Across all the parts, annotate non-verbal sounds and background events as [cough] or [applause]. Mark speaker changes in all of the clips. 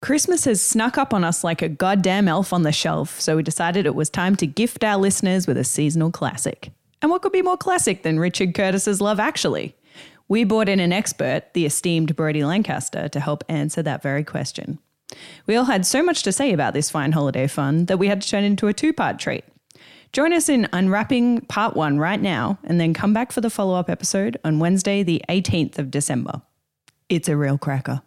Speaker 1: Christmas has snuck up on us like a goddamn elf on the shelf, so we decided it was time to gift our listeners with a seasonal classic. And what could be more classic than Richard Curtis's Love Actually? We brought in an expert, the esteemed Brody Lancaster, to help answer that very question. We all had so much to say about this fine holiday fun that we had to turn it into a two part treat. Join us in unwrapping part one right now, and then come back for the follow up episode on Wednesday, the 18th of December. It's a real cracker.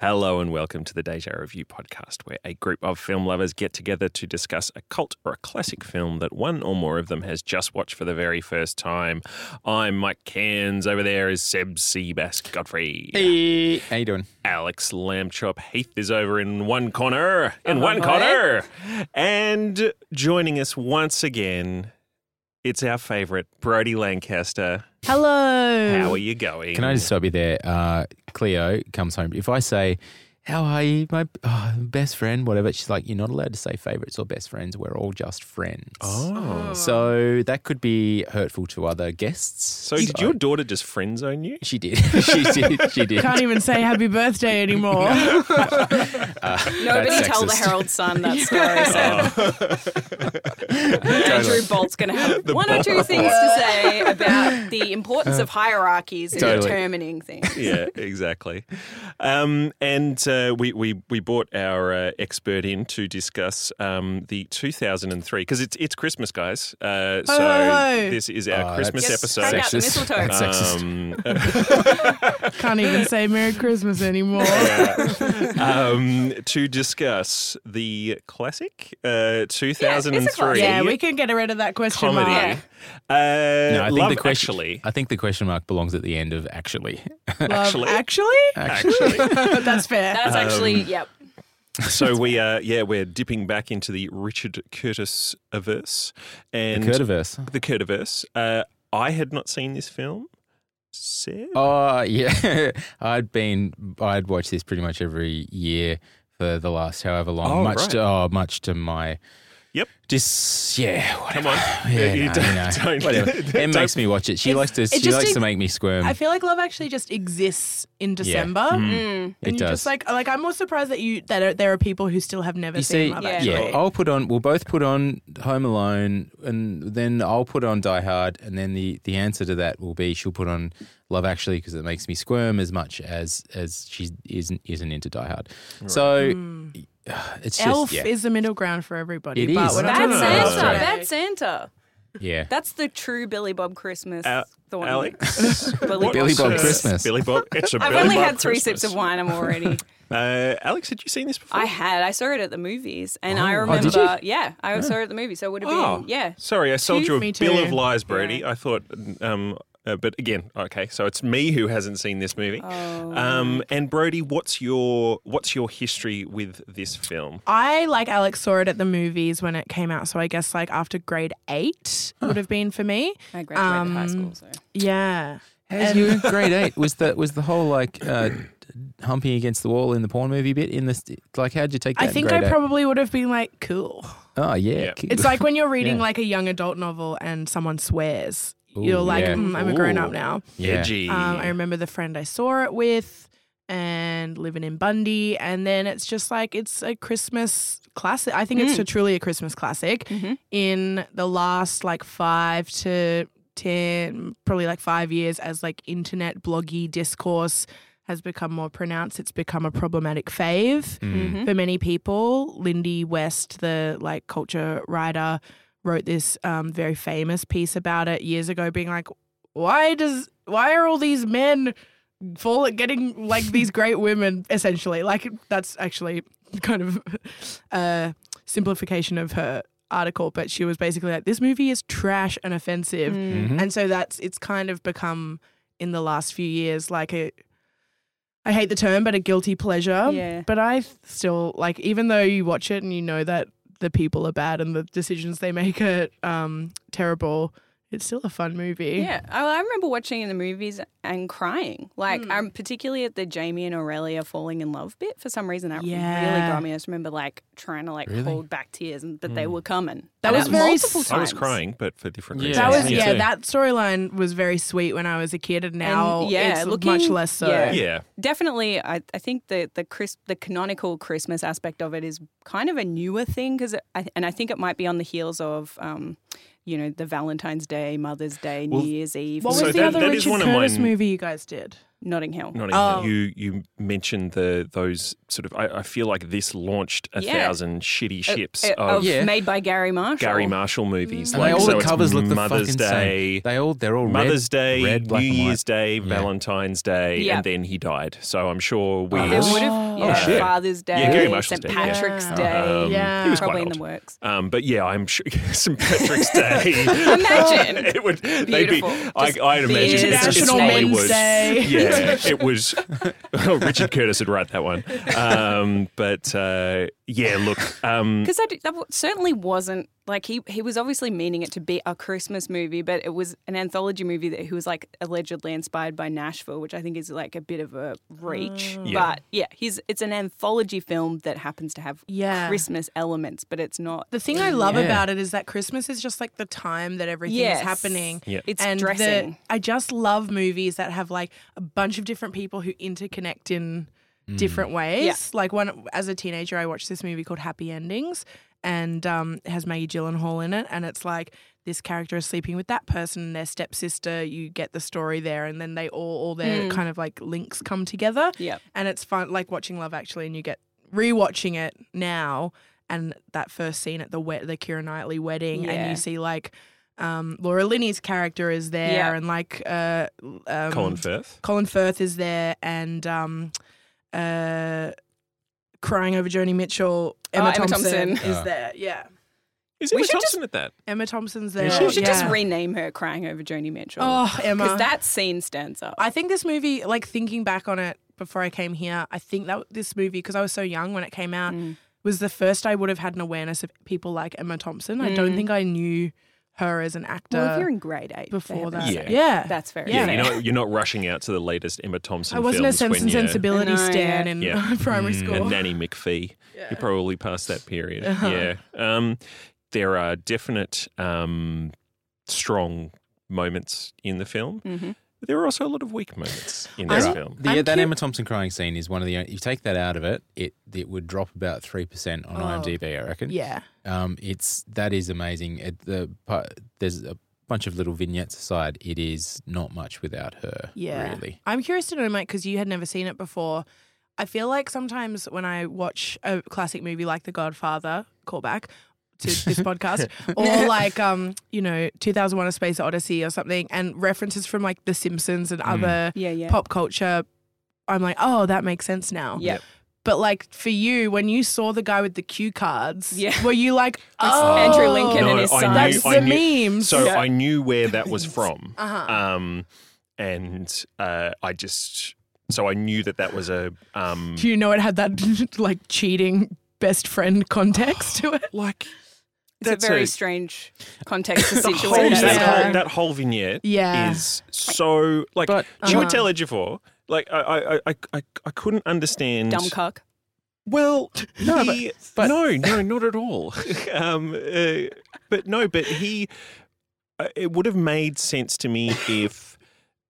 Speaker 2: Hello and welcome to the Deja Review podcast, where a group of film lovers get together to discuss a cult or a classic film that one or more of them has just watched for the very first time. I'm Mike Cairns. Over there is Seb Seabass Godfrey.
Speaker 3: Hey, how you doing?
Speaker 2: Alex Lambchop Heath is over in one corner, in one corner. And joining us once again, it's our favorite, Brody Lancaster.
Speaker 1: Hello.
Speaker 2: How are you going?
Speaker 3: Can I just stop you there? Uh, Cleo comes home. If I say, "How are you, my oh, best friend?" Whatever, she's like, "You're not allowed to say favorites or best friends. We're all just friends."
Speaker 2: Oh.
Speaker 3: So that could be hurtful to other guests.
Speaker 2: So, did your daughter just friend zone you?
Speaker 3: [laughs] She did. [laughs] she did. She did. Oh,
Speaker 4: Can't even say happy
Speaker 3: [laughs]
Speaker 4: birthday anymore.
Speaker 5: Nobody
Speaker 3: That's
Speaker 5: tell the
Speaker 3: sexist.
Speaker 5: Herald Sun that story. Seb. [laughs] Andrew Bolt's going to have one or two things to say about the importance of hierarchies in
Speaker 3: Totally.
Speaker 5: determining things.
Speaker 4: [laughs]
Speaker 2: yeah, exactly. Um, and uh, we, we we brought our uh, expert in to discuss um, the 2003 because it's it's Christmas, guys. Uh, so
Speaker 4: ho, ho.
Speaker 2: this is our
Speaker 3: Uh,
Speaker 2: Christmas
Speaker 3: that's
Speaker 2: episode.
Speaker 5: hang out the
Speaker 3: sexist.
Speaker 5: mistletoe.
Speaker 3: That's sexist.
Speaker 2: Um,
Speaker 4: [laughs]
Speaker 2: [laughs]
Speaker 4: Can't even say Merry Christmas anymore.
Speaker 2: um, to discuss the classic uh, 2003
Speaker 4: yeah, we can get rid of that question
Speaker 2: comedy.
Speaker 4: mark.
Speaker 5: Yeah.
Speaker 2: Uh,
Speaker 3: No, I think
Speaker 2: Love
Speaker 3: the question.
Speaker 2: Actually.
Speaker 3: I think the question mark belongs at the end of actually.
Speaker 4: Love,
Speaker 2: Actually.
Speaker 4: actually?
Speaker 2: Actually,
Speaker 4: that's fair.
Speaker 5: That's actually, yep.
Speaker 2: so we are, yeah, we're dipping back into the Richard Curtis averse, and
Speaker 3: Curtiverse.
Speaker 2: The Curtiverse. Uh, I had not seen this film. Seb?
Speaker 3: Oh [laughs] yeah, I'd been I'd watched this pretty much every year for the last however long.
Speaker 2: Oh,
Speaker 3: much
Speaker 2: right.
Speaker 3: to oh, much to my
Speaker 2: Yep.
Speaker 3: Dis yeah, whatever.
Speaker 2: Come on.
Speaker 3: [laughs] Yeah,
Speaker 2: You
Speaker 3: no,
Speaker 2: don't-
Speaker 3: no,
Speaker 2: [laughs] don't-
Speaker 3: whatever. Em
Speaker 2: don't-
Speaker 3: makes me watch it. She likes to. She
Speaker 4: just
Speaker 3: likes
Speaker 4: ex-
Speaker 3: to make me squirm.
Speaker 4: I feel like love actually just exists in December. And
Speaker 3: it
Speaker 4: you
Speaker 3: Mm-hmm. does.
Speaker 4: just like like I'm more surprised that you that are, there are people who still have never
Speaker 3: you
Speaker 4: seen
Speaker 3: see,
Speaker 4: Love
Speaker 3: yeah.
Speaker 4: Actually.
Speaker 3: I'll put on. We'll both put on Home Alone, and then I'll put on Die Hard, and then the the answer to that will be she'll put on Love Actually because it makes me squirm as much as as she isn't isn't into Die Hard. So
Speaker 4: Mm.
Speaker 3: [sighs] it's just
Speaker 4: Elf
Speaker 3: yeah.
Speaker 4: is the middle ground for everybody.
Speaker 3: It
Speaker 4: but
Speaker 3: is.
Speaker 4: we're not
Speaker 5: Bad
Speaker 4: talking about
Speaker 5: Santa.
Speaker 3: That's right.
Speaker 5: Bad Santa.
Speaker 3: yeah.
Speaker 5: That's the true Billy Bob Christmas.
Speaker 2: Al-
Speaker 5: thorn.
Speaker 2: Alex?
Speaker 5: Billy
Speaker 2: What-
Speaker 3: Billy Bob
Speaker 2: uh,
Speaker 3: Christmas.
Speaker 2: Billy Bob. It's a
Speaker 5: [laughs] I've
Speaker 2: [laughs] Billy
Speaker 5: only
Speaker 2: Bob
Speaker 5: had three
Speaker 2: Christmas.
Speaker 5: sips of wine. I'm already.
Speaker 2: Uh, Alex, had you seen this before?
Speaker 5: I had. I saw it at the movies, and I
Speaker 3: Oh,
Speaker 5: remember.
Speaker 3: did you?
Speaker 5: Yeah, I saw it at the movie. So it would have
Speaker 2: Oh,
Speaker 5: been. Yeah.
Speaker 2: Sorry, I sold
Speaker 4: Two-
Speaker 2: you a
Speaker 4: me
Speaker 2: bill
Speaker 4: too.
Speaker 2: of lies, Brody. I thought, um, uh, but again, okay. So it's me who hasn't seen this movie. Um, and Brody, what's your what's your history with this film?
Speaker 4: I like Alex saw it at the movies when it came out, so I guess like after grade eight would have been for me.
Speaker 5: I graduated high school. So.
Speaker 4: Yeah.
Speaker 3: As you in [laughs] grade eight was
Speaker 4: [laughs]
Speaker 3: the was the whole like uh, humping against the wall in the porn movie bit in this like how'd you take that?
Speaker 4: I
Speaker 3: in
Speaker 4: think
Speaker 3: grade
Speaker 4: I
Speaker 3: eight?
Speaker 4: probably would have been like, cool.
Speaker 3: oh yeah,
Speaker 2: Yeah.
Speaker 3: cool.
Speaker 4: It's like when you're
Speaker 3: [laughs]
Speaker 4: reading
Speaker 3: Yeah.
Speaker 4: like a young adult novel and someone swears.
Speaker 3: Ooh,
Speaker 4: you're like,
Speaker 3: yeah.
Speaker 4: mm, I'm a grown
Speaker 2: Ooh.
Speaker 4: up now.
Speaker 3: yeah.
Speaker 2: Edgy.
Speaker 4: Um, I remember the friend I saw it with and living in Bundy. And then it's just like, it's a Christmas classic. I think
Speaker 3: Mm.
Speaker 4: it's a, truly a Christmas classic.
Speaker 5: mm-hmm,
Speaker 4: In the last like five to 10, probably like five years, as like internet bloggy discourse has become more pronounced, it's become a problematic fave
Speaker 3: Mm-hmm.
Speaker 5: mm-hmm.
Speaker 4: for many people. Lindy West, the like culture writer, wrote this um, very famous piece about it years ago, being like, "Why does why are all these men fall at getting like these great women?" Essentially, like that's actually kind of a simplification of her article, but she was basically like, "This movie is trash and offensive,"
Speaker 3: Mm-hmm.
Speaker 4: and so that's it's kind of become in the last few years like a I hate the term, but a guilty pleasure.
Speaker 5: Yeah.
Speaker 4: But I still like, even though you watch [laughs] it and you know that the people are bad and the decisions they make are um, terrible, it's still a fun movie.
Speaker 5: Yeah, I, I remember watching in the movies and crying. Like,
Speaker 2: Hmm.
Speaker 5: um, particularly at the Jamie and Aurelia falling in love bit. For some reason, that really
Speaker 4: Yeah.
Speaker 5: got me. I just remember like trying to like hold back tears, and, but they were coming.
Speaker 4: That
Speaker 5: And
Speaker 4: was
Speaker 5: at
Speaker 4: very
Speaker 5: multiple
Speaker 4: s-
Speaker 5: times.
Speaker 2: I Hmm. was crying, but for different
Speaker 3: Yeah.
Speaker 2: reasons.
Speaker 4: That was
Speaker 3: Me
Speaker 4: yeah.
Speaker 3: too.
Speaker 4: That storyline was very sweet when I was a kid, and now
Speaker 5: yeah,
Speaker 4: it's
Speaker 5: looking-
Speaker 4: much less so.
Speaker 5: yeah.
Speaker 2: Yeah.
Speaker 5: Definitely, I, I think the the crisp, the canonical Christmas aspect of it is kind of a newer thing because, and I think it might be on the heels of, um, you know, the Valentine's Day, Mother's Day, New Year's Eve.
Speaker 4: What was
Speaker 2: So
Speaker 4: the
Speaker 2: that-
Speaker 4: other
Speaker 2: that is
Speaker 4: Richard
Speaker 2: one of
Speaker 4: Curtis
Speaker 2: mine-
Speaker 4: movie you guys did?
Speaker 5: Notting Hill.
Speaker 2: Not even you. You mentioned the those sort of. I, I feel like this launched a
Speaker 5: Yeah.
Speaker 2: thousand shitty ships
Speaker 5: Uh, Mm.
Speaker 2: of
Speaker 5: of
Speaker 3: Yeah.
Speaker 5: Made by Gary Marshall.
Speaker 2: Gary Marshall movies.
Speaker 3: And
Speaker 2: like
Speaker 3: they all
Speaker 2: so
Speaker 3: the
Speaker 2: it's
Speaker 3: covers look the
Speaker 2: Mother's
Speaker 3: fucking
Speaker 2: Day,
Speaker 3: same. They all they're all
Speaker 2: Mother's
Speaker 3: red,
Speaker 2: Day,
Speaker 3: red, black
Speaker 2: New
Speaker 3: and white.
Speaker 2: Year's Day, Valentine's Day,
Speaker 5: Yeah.
Speaker 2: and then he died. So I'm sure we.
Speaker 5: There would
Speaker 4: Oh,
Speaker 5: have yeah,
Speaker 2: shit.
Speaker 5: Father's Day,
Speaker 2: Yeah, Gary Marshall's
Speaker 5: St.
Speaker 2: dead, yeah.
Speaker 5: Patrick's
Speaker 4: Yeah. Uh-huh.
Speaker 5: Day.
Speaker 2: Um,
Speaker 4: Yeah.
Speaker 2: he was quite
Speaker 5: probably in the
Speaker 2: old.
Speaker 5: works.
Speaker 2: Um, but yeah, I'm sure [laughs]
Speaker 5: [laughs]
Speaker 2: St. Patrick's Day.
Speaker 4: [laughs]
Speaker 5: Imagine.
Speaker 2: [laughs] it would. they'd be,
Speaker 5: Beautiful.
Speaker 2: I,
Speaker 5: Just
Speaker 2: I'd imagine
Speaker 5: beers,
Speaker 2: it's, it's
Speaker 5: International
Speaker 2: probably
Speaker 5: Men's
Speaker 2: was.
Speaker 4: Day.
Speaker 2: Yeah, it was. [laughs] oh, Richard Curtis would write that one. Um, but uh, yeah, look. Um,
Speaker 5: Because that, that w- certainly wasn't like he, he was obviously meaning it to be a Christmas movie, but it was an anthology movie that he was like allegedly inspired by Nashville, which I think is like a bit of a reach.
Speaker 4: Mm.
Speaker 2: Yeah.
Speaker 5: But yeah, he's it's an anthology film that happens to have
Speaker 4: Yeah.
Speaker 5: Christmas elements, but it's not.
Speaker 4: The thing I love
Speaker 3: Yeah.
Speaker 4: about it is that Christmas is just like the time that everything
Speaker 5: Yes.
Speaker 4: is happening.
Speaker 2: Yeah.
Speaker 5: It's
Speaker 4: and the-
Speaker 5: dressing.
Speaker 4: I just love movies that have like a bunch of different people who interconnect in different ways.
Speaker 5: Yeah.
Speaker 4: Like one as a teenager, I watched this movie called Happy Endings, and um, it has Maggie Gyllenhaal in it, and it's like. This character is sleeping with that person and their stepsister. You get the story there, and then they all, all
Speaker 5: Mm.
Speaker 4: their kind of like links come together
Speaker 5: Yep.
Speaker 4: and it's fun like watching Love Actually, and you get rewatching it now, and that first scene at the wet the Kira Knightley wedding, and
Speaker 5: Yeah.
Speaker 4: you see like um, Laura Linney's character is there,
Speaker 5: Yeah.
Speaker 4: and like uh, um,
Speaker 2: Colin Firth.
Speaker 4: Colin Firth is there, and um, uh, crying over Joni Mitchell, Emma,
Speaker 5: Oh, Emma
Speaker 4: Thompson,
Speaker 5: Thompson.
Speaker 4: is
Speaker 3: Ah.
Speaker 4: there, yeah.
Speaker 2: Is
Speaker 5: We
Speaker 2: Emma
Speaker 5: should
Speaker 2: Thompson
Speaker 5: just-
Speaker 2: at that?
Speaker 4: Emma Thompson's there.
Speaker 5: We should just
Speaker 4: yeah.
Speaker 5: rename her crying over Joni Mitchell.
Speaker 4: Oh, Emma.
Speaker 5: Because that scene stands up.
Speaker 4: I think this movie, like thinking back on it before I came here, I think that this movie, because I was so young when it came out,
Speaker 5: Mm.
Speaker 4: was the first I would have had an awareness of people like Emma Thompson. I don't think I knew her as an actor
Speaker 5: Mm. well, if you're in grade eight they
Speaker 4: uh, before
Speaker 5: haven't
Speaker 4: that.
Speaker 5: said
Speaker 2: Yeah.
Speaker 4: Yeah.
Speaker 5: it. that's fair.
Speaker 2: Yeah,
Speaker 4: Yeah.
Speaker 2: you're not, you're not rushing out to the latest Emma Thompson
Speaker 4: I wasn't a
Speaker 2: films
Speaker 4: sense
Speaker 2: when
Speaker 4: and
Speaker 2: you're
Speaker 4: sensibility
Speaker 5: No,
Speaker 4: stan
Speaker 5: yeah.
Speaker 4: in
Speaker 2: Yeah.
Speaker 4: [laughs] primary school.
Speaker 2: a nanny McPhee. You're probably past that period.
Speaker 4: Uh-huh.
Speaker 2: Yeah. Um, there are definite um, strong moments in the film.
Speaker 5: Mm-hmm.
Speaker 2: There are also a lot of weak moments in this film.
Speaker 3: The, that Emma Thompson crying scene is one of the. only- You take that out of it, it it would drop about three percent on IMDb. I reckon.
Speaker 4: yeah.
Speaker 3: Um, it's that is amazing. It, the pu- there's a bunch of little vignettes aside. It is not much without her.
Speaker 4: Yeah.
Speaker 3: Really.
Speaker 4: I'm curious to know, Mike, because you had never seen it before. I feel like sometimes when I watch a classic movie like The Godfather, callback
Speaker 2: [laughs]
Speaker 4: to this podcast, or like, um, you know, 2001 A Space Odyssey or something, and references from like The Simpsons
Speaker 2: Mm.
Speaker 4: and other
Speaker 5: Yeah, yeah.
Speaker 4: pop culture, I'm like, oh, that makes sense now.
Speaker 5: Yep.
Speaker 4: But like for you, when you saw the guy with the cue cards,
Speaker 5: Yeah.
Speaker 4: were
Speaker 5: [laughs]
Speaker 4: you like, oh,
Speaker 5: Andrew Lincoln and his son.
Speaker 4: That's
Speaker 2: I
Speaker 4: the memes. Uh-huh.
Speaker 2: So
Speaker 5: Yeah.
Speaker 2: I knew where
Speaker 5: [laughs]
Speaker 2: that was from. Um, and uh, I just, so I knew that that was a, um,
Speaker 4: Do you know it had that [laughs] like cheating best friend context to it?
Speaker 2: like,
Speaker 5: It's
Speaker 2: That's
Speaker 5: a very
Speaker 2: a-
Speaker 5: strange context to
Speaker 2: the
Speaker 5: situate
Speaker 2: whole,
Speaker 5: that
Speaker 2: that,
Speaker 5: in.
Speaker 2: whole, that whole vignette
Speaker 4: Yeah.
Speaker 2: is so, like,
Speaker 3: But-
Speaker 2: she
Speaker 5: uh-huh.
Speaker 2: would tell Edgefor, like, I, I, I, I, I couldn't understand.
Speaker 5: dumb cuck.
Speaker 2: Well,
Speaker 3: No,
Speaker 2: he-
Speaker 3: but- but-
Speaker 2: no, no, not at all. [laughs]
Speaker 3: [laughs]
Speaker 2: um, uh, but no, but he. Uh, it would have made sense to me if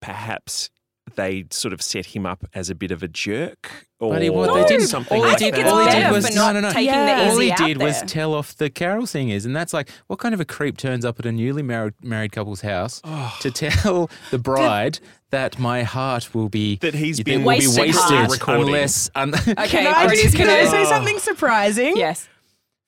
Speaker 2: perhaps they sort of set him up as a bit of a jerk, or
Speaker 3: But he- what
Speaker 2: they
Speaker 3: they
Speaker 2: did
Speaker 3: did-
Speaker 2: something.
Speaker 3: all
Speaker 5: I
Speaker 2: like
Speaker 5: think
Speaker 2: that.
Speaker 5: it's
Speaker 3: All he did
Speaker 5: better
Speaker 3: was-
Speaker 5: for not
Speaker 3: no, no, no.
Speaker 5: taking
Speaker 4: Yeah.
Speaker 5: the easy
Speaker 3: all he
Speaker 5: out
Speaker 3: did
Speaker 5: there.
Speaker 3: was tell off the carol singers, and that's like, what kind of a creep turns up at a newly married married couple's house
Speaker 2: Oh.
Speaker 3: to tell [laughs] the bride that my heart will be
Speaker 2: That he's
Speaker 3: that
Speaker 2: been
Speaker 3: will be
Speaker 5: Wasted heart.
Speaker 3: wasted
Speaker 2: recording.
Speaker 3: unless un- [laughs]
Speaker 5: Okay,
Speaker 4: I,
Speaker 5: Brodie's
Speaker 4: can I
Speaker 5: gonna-
Speaker 4: say something surprising?
Speaker 5: Yes.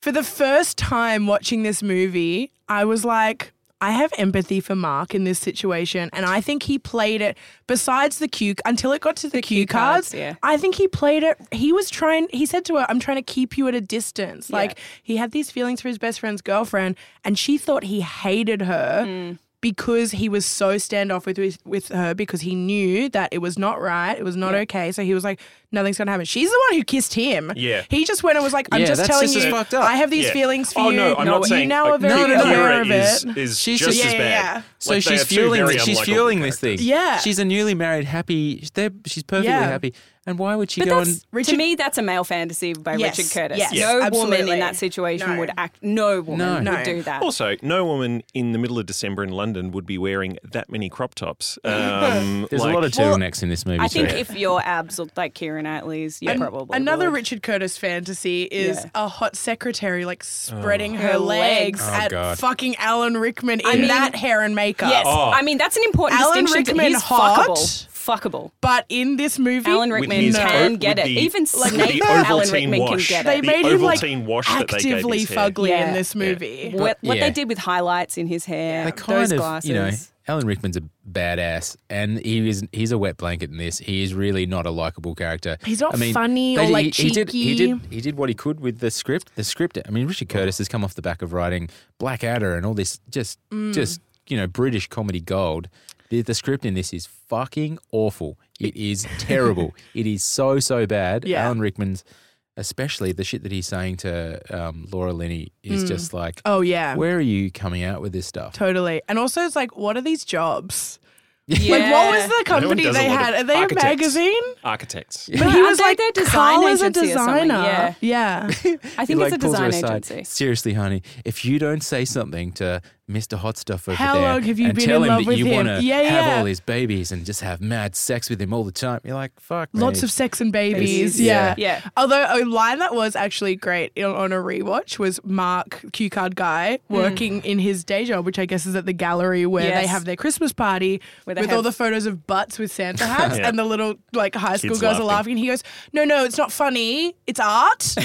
Speaker 4: For the first time watching this movie, I was like, I have empathy for Mark in this situation, and I think he played it. Besides the cue, until it got to the, cue cards,
Speaker 5: cards, yeah.
Speaker 4: I think he played it. He was trying. He said to her, "I'm trying to keep you at a distance." Like he had these feelings for his best friend's girlfriend, and she thought he hated her. because he was so standoff with, with with her because he knew that it was not right, it was not okay. So he was like, nothing's gonna happen. She's the one who kissed him.
Speaker 2: Yeah.
Speaker 4: He just went and was like, I'm
Speaker 3: Yeah,
Speaker 4: just
Speaker 3: that's
Speaker 4: telling
Speaker 3: just as
Speaker 4: you,
Speaker 3: fucked up.
Speaker 4: I have these
Speaker 2: Yeah.
Speaker 4: feelings for
Speaker 2: oh,
Speaker 4: you.
Speaker 2: no, I'm not saying
Speaker 4: you now
Speaker 2: like,
Speaker 4: are very
Speaker 2: Ki-
Speaker 3: no, no.
Speaker 4: aware of
Speaker 2: Kira is,
Speaker 4: it.
Speaker 2: is
Speaker 3: She's
Speaker 2: just
Speaker 3: just-
Speaker 2: as
Speaker 4: Yeah,
Speaker 2: bad.
Speaker 4: yeah.
Speaker 3: So
Speaker 2: Like, they
Speaker 3: she's
Speaker 2: are two
Speaker 3: fueling
Speaker 2: very
Speaker 3: this. She's
Speaker 2: unlikable
Speaker 3: fueling this thing.
Speaker 2: characters.
Speaker 4: Yeah.
Speaker 3: She's a newly married, happy. They're, she's perfectly
Speaker 4: Yeah.
Speaker 3: happy. And why would she
Speaker 5: But
Speaker 3: go
Speaker 5: that's,
Speaker 3: and?
Speaker 5: to me, that's a male fantasy by
Speaker 4: Yes,
Speaker 5: Richard Curtis.
Speaker 4: yes,
Speaker 5: no woman
Speaker 4: absolutely.
Speaker 5: in that situation
Speaker 4: No.
Speaker 5: would act. No woman
Speaker 3: No.
Speaker 5: would
Speaker 4: No.
Speaker 5: do that.
Speaker 2: Also, no woman in the middle of December in London would be wearing that many crop tops. Um,
Speaker 3: There's
Speaker 2: like-
Speaker 3: a lot of turtlenecks in this movie.
Speaker 5: I think
Speaker 3: too.
Speaker 5: if your abs looked like Kieran Knightley's, you
Speaker 4: An-
Speaker 5: probably
Speaker 4: another
Speaker 5: would.
Speaker 4: Richard Curtis fantasy is
Speaker 5: Yeah.
Speaker 4: a hot secretary like spreading her,
Speaker 5: Her
Speaker 4: legs
Speaker 5: legs.
Speaker 3: Oh,
Speaker 4: at
Speaker 3: God.
Speaker 4: fucking Alan Rickman in
Speaker 5: mean-
Speaker 4: that hair and makeup.
Speaker 5: Yes,
Speaker 2: Oh.
Speaker 5: I mean that's an important
Speaker 4: Alan
Speaker 5: distinction.
Speaker 4: Rickman
Speaker 5: he's
Speaker 4: hot.
Speaker 5: fuckable, fuckable.
Speaker 4: But in this movie,
Speaker 5: Alan
Speaker 2: with
Speaker 5: Rickman
Speaker 2: his
Speaker 5: can
Speaker 2: coat-
Speaker 5: get
Speaker 2: with
Speaker 5: it.
Speaker 2: the-
Speaker 5: Even
Speaker 2: with the
Speaker 5: Snape, Alan
Speaker 2: Ovaltine
Speaker 5: Rickman
Speaker 2: wash.
Speaker 5: can get
Speaker 4: They
Speaker 5: it.
Speaker 2: The
Speaker 4: made him like
Speaker 2: Ovaltine wash that they gave
Speaker 4: actively
Speaker 2: his hair.
Speaker 4: fugly in
Speaker 5: Yeah.
Speaker 4: this movie.
Speaker 5: what what
Speaker 3: Yeah.
Speaker 5: they did with highlights in his hair,
Speaker 3: they
Speaker 5: those
Speaker 3: kind of,
Speaker 5: glasses.
Speaker 3: you know, Alan Rickman's a badass, and he is he's a wet blanket in this. He is really not a likable character.
Speaker 4: He's not
Speaker 3: I mean,
Speaker 4: funny or,
Speaker 3: did-
Speaker 4: like,
Speaker 3: he, did, he did
Speaker 4: cheeky.
Speaker 3: he did what he could with the script. The script. I mean, Richard Curtis has come off the back of writing Blackadder and all this just
Speaker 4: Mm.
Speaker 3: just you know British comedy gold. The, the script in this is fucking awful. It
Speaker 4: [laughs]
Speaker 3: is terrible. it is so so bad.
Speaker 4: Yeah.
Speaker 3: Alan Rickman's. Especially the shit that he's saying to um, Laura Linney is just like,
Speaker 4: Oh yeah,
Speaker 3: where are you coming out with this stuff?
Speaker 4: totally. And also, it's like, what are these jobs?
Speaker 5: yeah.
Speaker 4: Like, what was the
Speaker 2: No one
Speaker 4: company
Speaker 2: does a
Speaker 4: they
Speaker 2: lot
Speaker 4: had?
Speaker 2: of
Speaker 4: Are they
Speaker 2: architects.
Speaker 4: a magazine?
Speaker 2: Architects.
Speaker 5: But
Speaker 4: he
Speaker 5: aren't
Speaker 4: was
Speaker 5: they
Speaker 4: like,
Speaker 5: their design
Speaker 4: Carl is a
Speaker 5: agency or something?
Speaker 4: designer.
Speaker 5: [laughs]
Speaker 4: Yeah.
Speaker 5: I think
Speaker 3: He,
Speaker 5: it's a
Speaker 3: like, pulls her
Speaker 5: design
Speaker 3: aside.
Speaker 5: agency.
Speaker 3: Seriously, honey, if you don't say something to Mr. Hot Stuff over
Speaker 4: How
Speaker 3: there
Speaker 4: long have you
Speaker 3: and
Speaker 4: been
Speaker 3: tell
Speaker 4: in
Speaker 3: him
Speaker 4: love
Speaker 3: that
Speaker 4: with
Speaker 3: you
Speaker 4: him?
Speaker 3: wanna
Speaker 4: Yeah,
Speaker 3: have
Speaker 4: yeah.
Speaker 3: all his babies and just have mad sex with him all the time, you're like, fuck,
Speaker 4: Lots
Speaker 3: mate.
Speaker 4: of sex and babies.
Speaker 5: Babies.
Speaker 4: Yeah.
Speaker 5: Yeah. Yeah.
Speaker 4: Although a line that was actually great on- on a rewatch was Mark Q Card Guy working in his day job, which I guess is at the gallery where they
Speaker 5: Mm. Yes.
Speaker 4: have their Christmas party
Speaker 5: Where
Speaker 4: with
Speaker 5: they
Speaker 4: all
Speaker 5: have-
Speaker 4: the photos of butts with Santa
Speaker 5: [laughs]
Speaker 4: hats
Speaker 2: Yeah.
Speaker 4: and the little like high school
Speaker 2: Kids
Speaker 4: girls are
Speaker 2: laughing.
Speaker 4: laughing. He goes, No, no, it's not funny.
Speaker 5: [laughs]
Speaker 4: It's art. [laughs]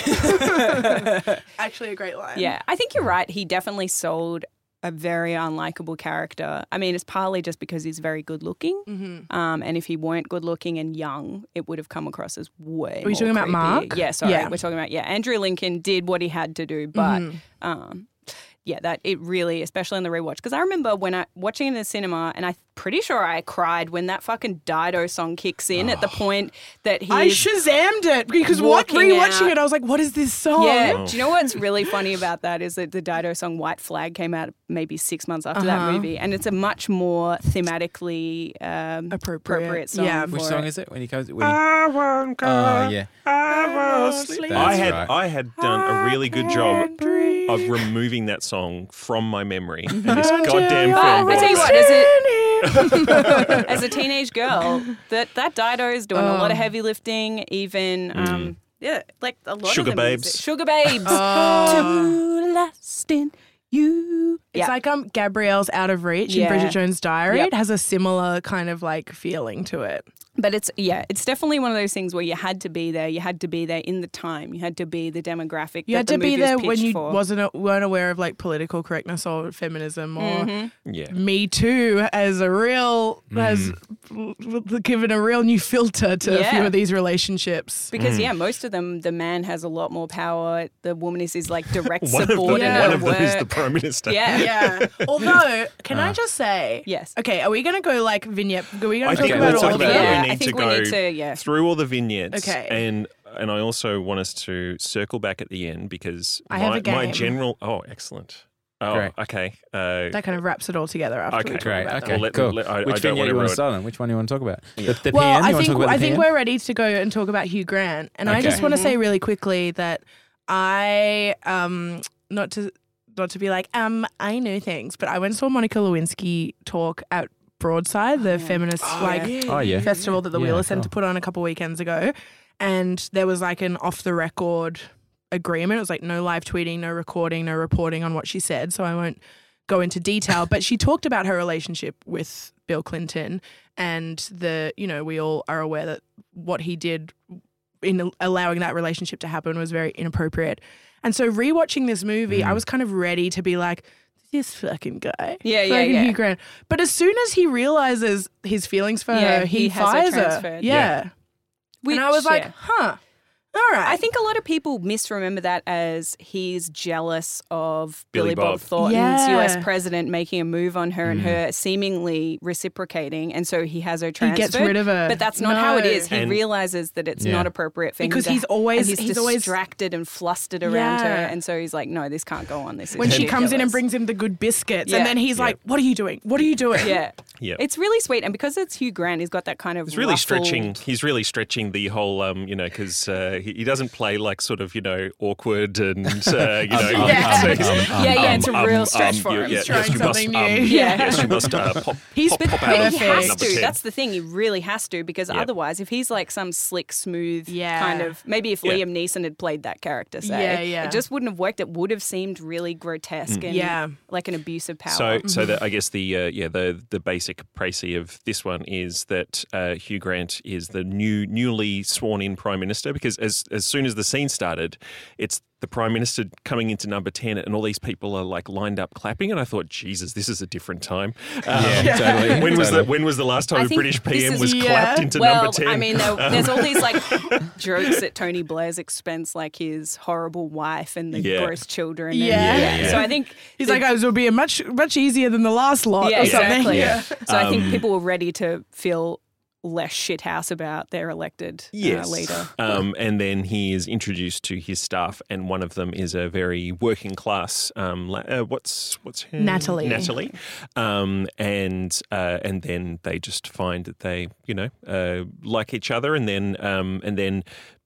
Speaker 4: actually a great line.
Speaker 5: Yeah, I think you're right. He definitely sold a very unlikable character. I mean, it's partly just because he's very good looking. Um, and if he weren't good looking and young, it would have come across as way. Are
Speaker 4: you talking about Mark?
Speaker 5: Yeah, sorry.
Speaker 4: Yeah. Mm-hmm.
Speaker 5: We're talking about, yeah, Andrew Lincoln did what he had to do, but. Um, yeah, that it really, especially in the rewatch, because I remember when I watching it in the cinema, and I'm pretty sure I cried when that fucking Dido song kicks in
Speaker 4: [sighs]
Speaker 5: at the point that he
Speaker 4: I
Speaker 5: is-
Speaker 4: shazammed it because what
Speaker 5: Walking
Speaker 4: rewatching
Speaker 5: out.
Speaker 4: it, I was like, "What is this song?"
Speaker 5: Yeah. Do you know what's really funny about that is that the Dido song White Flag came out maybe six months after
Speaker 4: Uh-huh.
Speaker 5: that movie, and it's a much more thematically um,
Speaker 4: Appropriate.
Speaker 5: song.
Speaker 4: Yeah.
Speaker 3: Which
Speaker 5: for
Speaker 3: song
Speaker 5: it.
Speaker 3: is it when he comes? When he,
Speaker 2: I won't go.
Speaker 3: oh, yeah.
Speaker 2: I
Speaker 3: That's
Speaker 2: had
Speaker 3: right.
Speaker 2: I had done a really good job of removing that song from my memory. And this
Speaker 4: Oh,
Speaker 2: goddamn film.
Speaker 5: But I tell you
Speaker 2: brought
Speaker 5: what,
Speaker 2: it
Speaker 5: as
Speaker 2: back.
Speaker 5: a,
Speaker 4: [laughs]
Speaker 5: as a teenage girl, that that Dido is doing a lot
Speaker 4: Oh.
Speaker 5: of heavy lifting. Even um, yeah, like a lot
Speaker 2: Hmm. Sugar
Speaker 5: of the music.
Speaker 2: Babes.
Speaker 5: sugar babes,
Speaker 4: Oh.
Speaker 5: to last in you.
Speaker 4: It's
Speaker 5: Yeah.
Speaker 4: like um Gabrielle's Out of Reach in
Speaker 5: Yeah.
Speaker 4: Bridget Jones' Diary.
Speaker 5: Yep.
Speaker 4: It has a similar kind of like feeling to it.
Speaker 5: But it's yeah, it's definitely one of those things where you had to be there. You had to be there in the time. You had to be the demographic.
Speaker 4: You
Speaker 5: that
Speaker 4: had
Speaker 5: the
Speaker 4: to be
Speaker 5: movie was
Speaker 4: there when
Speaker 5: pitched
Speaker 4: you
Speaker 5: for.
Speaker 4: wasn't a- weren't aware of like political correctness or feminism or
Speaker 2: Yeah.
Speaker 4: Me Too as a real
Speaker 2: Mm.
Speaker 4: as given a real new filter to a few
Speaker 5: Yeah.
Speaker 4: of these relationships.
Speaker 5: because
Speaker 2: Hmm.
Speaker 5: yeah, most of them, the man has a lot more power. The woman is his
Speaker 2: [laughs]
Speaker 5: like direct
Speaker 2: One of, them,
Speaker 5: subordinate.
Speaker 4: Yeah.
Speaker 2: one
Speaker 5: at
Speaker 2: of them is the
Speaker 5: work.
Speaker 2: [laughs] prime minister.
Speaker 5: yeah.
Speaker 4: [laughs] Yeah. Although, can
Speaker 2: Ah.
Speaker 4: I just say?
Speaker 5: Yes.
Speaker 4: Okay. Are we going to go like vignette? Are we going
Speaker 2: I
Speaker 4: to talk
Speaker 2: think
Speaker 3: Okay,
Speaker 4: about
Speaker 2: we'll
Speaker 4: all
Speaker 2: talk
Speaker 4: of
Speaker 2: about
Speaker 4: it?
Speaker 2: it.
Speaker 5: Yeah,
Speaker 2: We
Speaker 5: I
Speaker 2: need to
Speaker 5: think
Speaker 2: go
Speaker 5: we need to, yeah.
Speaker 2: through all the vignettes.
Speaker 4: Okay.
Speaker 2: And and I also want us to circle back at the end because
Speaker 4: I
Speaker 2: my,
Speaker 4: have a
Speaker 2: my
Speaker 4: game.
Speaker 2: general oh excellent. Oh,
Speaker 3: Great.
Speaker 2: okay. Uh,
Speaker 4: That kind of wraps it all together. After we
Speaker 2: Okay.
Speaker 4: talk
Speaker 3: Great.
Speaker 4: about that.
Speaker 3: Okay.
Speaker 2: Well, let-
Speaker 3: cool.
Speaker 2: let- I- I
Speaker 3: Which
Speaker 2: don't
Speaker 3: vignette
Speaker 2: wanna
Speaker 3: you want
Speaker 2: ruin
Speaker 3: to
Speaker 2: it.
Speaker 3: start on? Which one do you want to talk about? The, the
Speaker 4: Well,
Speaker 3: PM. You
Speaker 4: I
Speaker 3: want to
Speaker 4: think
Speaker 3: talk about
Speaker 4: I
Speaker 3: the
Speaker 4: think
Speaker 3: PM?
Speaker 4: we're ready to go and talk about Hugh Grant, and I
Speaker 3: Okay.
Speaker 4: just want to say really quickly that I um not to not to be like um I know things, but I went and saw Monica Lewinsky talk at Broadside, the feminist like
Speaker 3: Oh yeah.
Speaker 4: festival that the
Speaker 3: Yeah,
Speaker 4: Wheeler Centre
Speaker 3: cool.
Speaker 4: put on a couple weekends ago, and there was like an off the record agreement. It was like no live tweeting, no recording, no reporting on what she said. So I won't go into detail, but she talked about her relationship with Bill Clinton and the you know we all are aware that what he did in allowing that relationship to happen was very inappropriate. And so rewatching this movie,
Speaker 5: Mm.
Speaker 4: I was kind of ready to be like. This fucking guy,
Speaker 5: Yeah, yeah,
Speaker 4: fucking
Speaker 5: yeah.
Speaker 4: Hugh Grant. But as soon as he realizes his feelings for
Speaker 5: Yeah,
Speaker 4: her, he,
Speaker 5: he has her
Speaker 4: fires her.
Speaker 5: transferred.
Speaker 4: Yeah.
Speaker 5: Which,
Speaker 4: and I was like,
Speaker 5: yeah.
Speaker 4: huh. All right.
Speaker 5: I think a lot of people misremember that as he's jealous of
Speaker 2: Billy
Speaker 5: Billy,
Speaker 2: Bob. Hmm.
Speaker 5: Bob, Thornton's
Speaker 4: Yeah.
Speaker 5: US president making a move on her and her seemingly reciprocating. And so he has her
Speaker 4: he
Speaker 5: transferred.
Speaker 4: gets rid of her.
Speaker 5: But that's not how it
Speaker 4: No.
Speaker 5: is. He
Speaker 2: And-
Speaker 5: realizes that it's
Speaker 3: Yeah.
Speaker 5: not appropriate for him
Speaker 4: Because
Speaker 5: to-
Speaker 4: he's always-
Speaker 5: and he's,
Speaker 4: he's always-
Speaker 5: distracted and flustered around her,
Speaker 4: Yeah.
Speaker 5: and so he's like, "No, this can't go on. This is
Speaker 4: when she comes in
Speaker 5: ridiculous."
Speaker 4: and brings him the good biscuits,
Speaker 5: Yeah.
Speaker 4: and then he's like, "What are you doing? What are you doing?" [laughs]
Speaker 5: yeah,
Speaker 2: Yeah.
Speaker 5: it's really sweet, and because it's Hugh Grant, he's got that kind of
Speaker 2: He's really
Speaker 5: ruffled-
Speaker 2: stretching. He's really stretching the whole, um, you know, because uh, he, he doesn't play like sort of, you know, awkward and uh, [laughs] you know.
Speaker 3: um,
Speaker 5: Yeah.
Speaker 2: so he's-
Speaker 5: Yeah, yeah, it's a real stretch for
Speaker 2: um, you-
Speaker 5: him.
Speaker 2: yeah,
Speaker 5: He's
Speaker 2: yes,
Speaker 4: trying
Speaker 2: you must,
Speaker 4: something
Speaker 2: um,
Speaker 4: new. [laughs]
Speaker 5: Yeah.
Speaker 2: yes, you must uh,
Speaker 5: [laughs]
Speaker 2: pop,
Speaker 4: He's
Speaker 2: pop,
Speaker 4: been-
Speaker 2: pop out
Speaker 5: But
Speaker 2: of
Speaker 5: he
Speaker 4: Perfect.
Speaker 5: has
Speaker 2: number
Speaker 5: to.
Speaker 2: two.
Speaker 5: That's the thing. He really has to because
Speaker 2: Yep.
Speaker 5: otherwise, if he's like some slick, smooth
Speaker 4: Yeah.
Speaker 5: kind of maybe if
Speaker 2: Yeah.
Speaker 5: Liam Neeson had played that character, say
Speaker 4: Yeah, yeah.
Speaker 5: it just wouldn't have worked. It would have seemed really grotesque and
Speaker 4: Yeah.
Speaker 5: like an abuse of power.
Speaker 2: Mm.
Speaker 5: Mm-hmm.
Speaker 2: So, so the, I guess the uh, yeah the the basic précis of this one is that uh, Hugh Grant is the new newly sworn in prime minister because as as soon as the scene started, it's the prime minister coming into number ten and all these people are like lined up clapping and I thought Jesus this is a different time. Um,
Speaker 3: Yeah,
Speaker 2: [laughs]
Speaker 3: totally.
Speaker 2: When was the
Speaker 3: Totally.
Speaker 2: when was the last
Speaker 5: I
Speaker 2: time a
Speaker 5: think
Speaker 2: British
Speaker 5: this
Speaker 2: PM
Speaker 5: is- uh,
Speaker 2: was
Speaker 4: yeah.
Speaker 2: clapped into
Speaker 5: well,
Speaker 2: number ten?
Speaker 5: I mean,
Speaker 2: [laughs]
Speaker 5: there, there's all these like jokes at Tony Blair's expense, like his horrible wife and the
Speaker 2: Yeah.
Speaker 5: gross children.
Speaker 4: Yeah.
Speaker 5: And,
Speaker 4: Yeah, yeah.
Speaker 5: So I think
Speaker 4: He's
Speaker 5: the-
Speaker 4: like, "Oh, this will be a much much easier than the last lot."
Speaker 5: yeah,
Speaker 4: or something.
Speaker 5: exactly.
Speaker 2: Yeah.
Speaker 5: [laughs]
Speaker 2: Um,
Speaker 5: So I think people were ready to feel less shithouse about their elected
Speaker 2: Yes.
Speaker 5: uh, leader.
Speaker 2: Um, and then he is introduced to his staff, and one of them is a very working class. Um, la- uh, what's what's her
Speaker 4: Natalie.
Speaker 2: Natalie. Um, and uh, and then they just find that they you know uh, like each other, and then um, and then.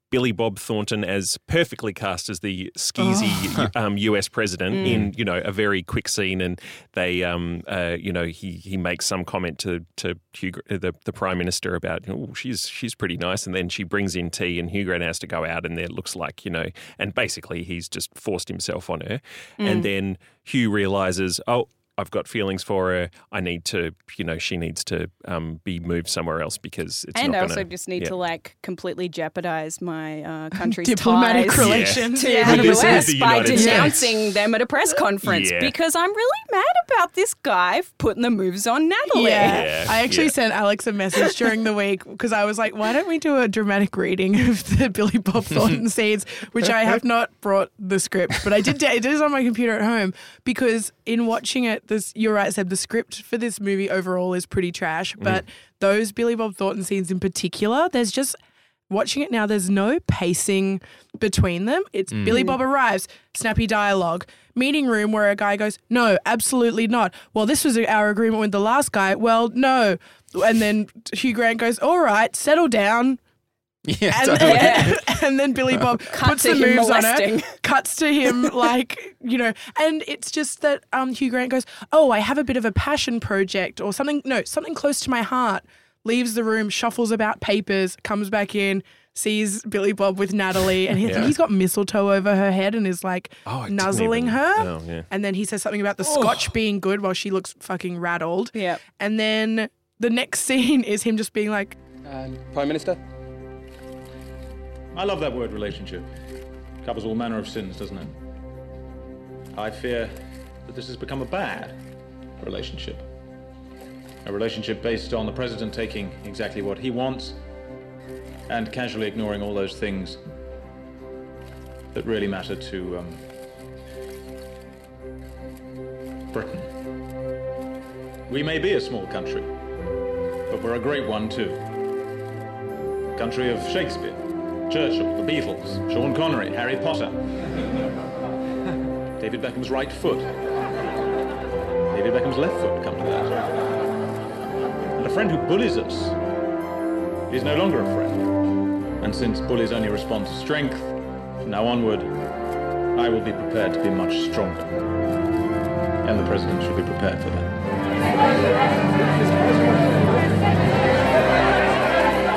Speaker 2: Billy Bob Thornton as perfectly cast as the skeezy [laughs] um, U.S. president in you know a very quick scene, and they um, uh, you know he he makes some comment to to Hugh, Gr- uh, the the prime minister about oh she's she's pretty nice, and then she brings in tea, and Hugh Grant has to go out, and there it looks like you know, and basically he's just forced himself on her, and then Hugh realizes oh. I've got feelings for her. I need to, you know, she needs to um, be moved somewhere else because it's
Speaker 5: and
Speaker 2: not
Speaker 5: I
Speaker 2: gonna,
Speaker 5: also just need
Speaker 2: yeah.
Speaker 5: to like completely jeopardize my
Speaker 4: [laughs]
Speaker 5: uh, country's
Speaker 4: Diplomatic
Speaker 5: ties
Speaker 4: relations.
Speaker 5: to
Speaker 4: Yeah.
Speaker 5: the
Speaker 2: With the-
Speaker 5: US
Speaker 2: with the
Speaker 5: by
Speaker 2: United States.
Speaker 5: denouncing them at a press conference
Speaker 2: Yeah.
Speaker 5: because I'm really mad about this guy putting the moves on Natalie.
Speaker 4: Yeah.
Speaker 2: Yeah,
Speaker 4: I actually
Speaker 2: yeah.
Speaker 4: sent Alex a message during the week because I was like, why don't we do a dramatic reading [laughs] of the Billy Bob Thornton scenes, which I have not brought the script, but I did I did it on my computer at home because in watching it, this you're right, Seb, the script for this movie overall is pretty trash, but those Billy Bob Thornton scenes in particular, there's just watching it now, there's no pacing between them. It's Billy Bob arrives, snappy dialogue, meeting room where a guy goes, No, absolutely not. Well, this was our agreement with the last guy. Well, no. And then Hugh Grant goes, All right, settle down.
Speaker 3: [laughs] Yeah,
Speaker 4: [laughs] And,
Speaker 3: totally.
Speaker 4: and then Billy Bob puts
Speaker 5: to
Speaker 4: the
Speaker 5: him
Speaker 4: moves on her,
Speaker 5: molesting.
Speaker 4: [laughs] cuts
Speaker 2: [laughs]
Speaker 4: to him like you know, and it's just that um, Hugh Grant goes, "Oh, I have a bit of a passion project or something." No, something close to my heart. Leaves the room, shuffles about papers, comes back in, sees Billy Bob with Natalie, and he,
Speaker 2: Yeah.
Speaker 4: he's got mistletoe over her head and is like
Speaker 2: Oh, I didn't
Speaker 4: nuzzling
Speaker 2: even-
Speaker 4: her.
Speaker 2: oh, yeah.
Speaker 4: And then he says something about the scotch being good while she looks fucking rattled.
Speaker 5: Yep.
Speaker 4: And then the next [laughs] scene is him just being like,
Speaker 6: And Prime Minister?
Speaker 7: I love that word relationship. Covers all manner of sins, doesn't it? I fear that this has become a bad relationship. A relationship based on the president taking exactly what he wants and casually ignoring all those things that really matter to um, Britain. We may be a small country, but we're a great one too country of Shakespeare, Churchill, the Beatles, Sean Connery, Harry Potter, David Beckham's right foot, David Beckham's left foot, come to that. And a friend who bullies us is no longer a friend. And since bullies only respond to strength, from now onward, I will be prepared to be much stronger. And the president should be prepared for that.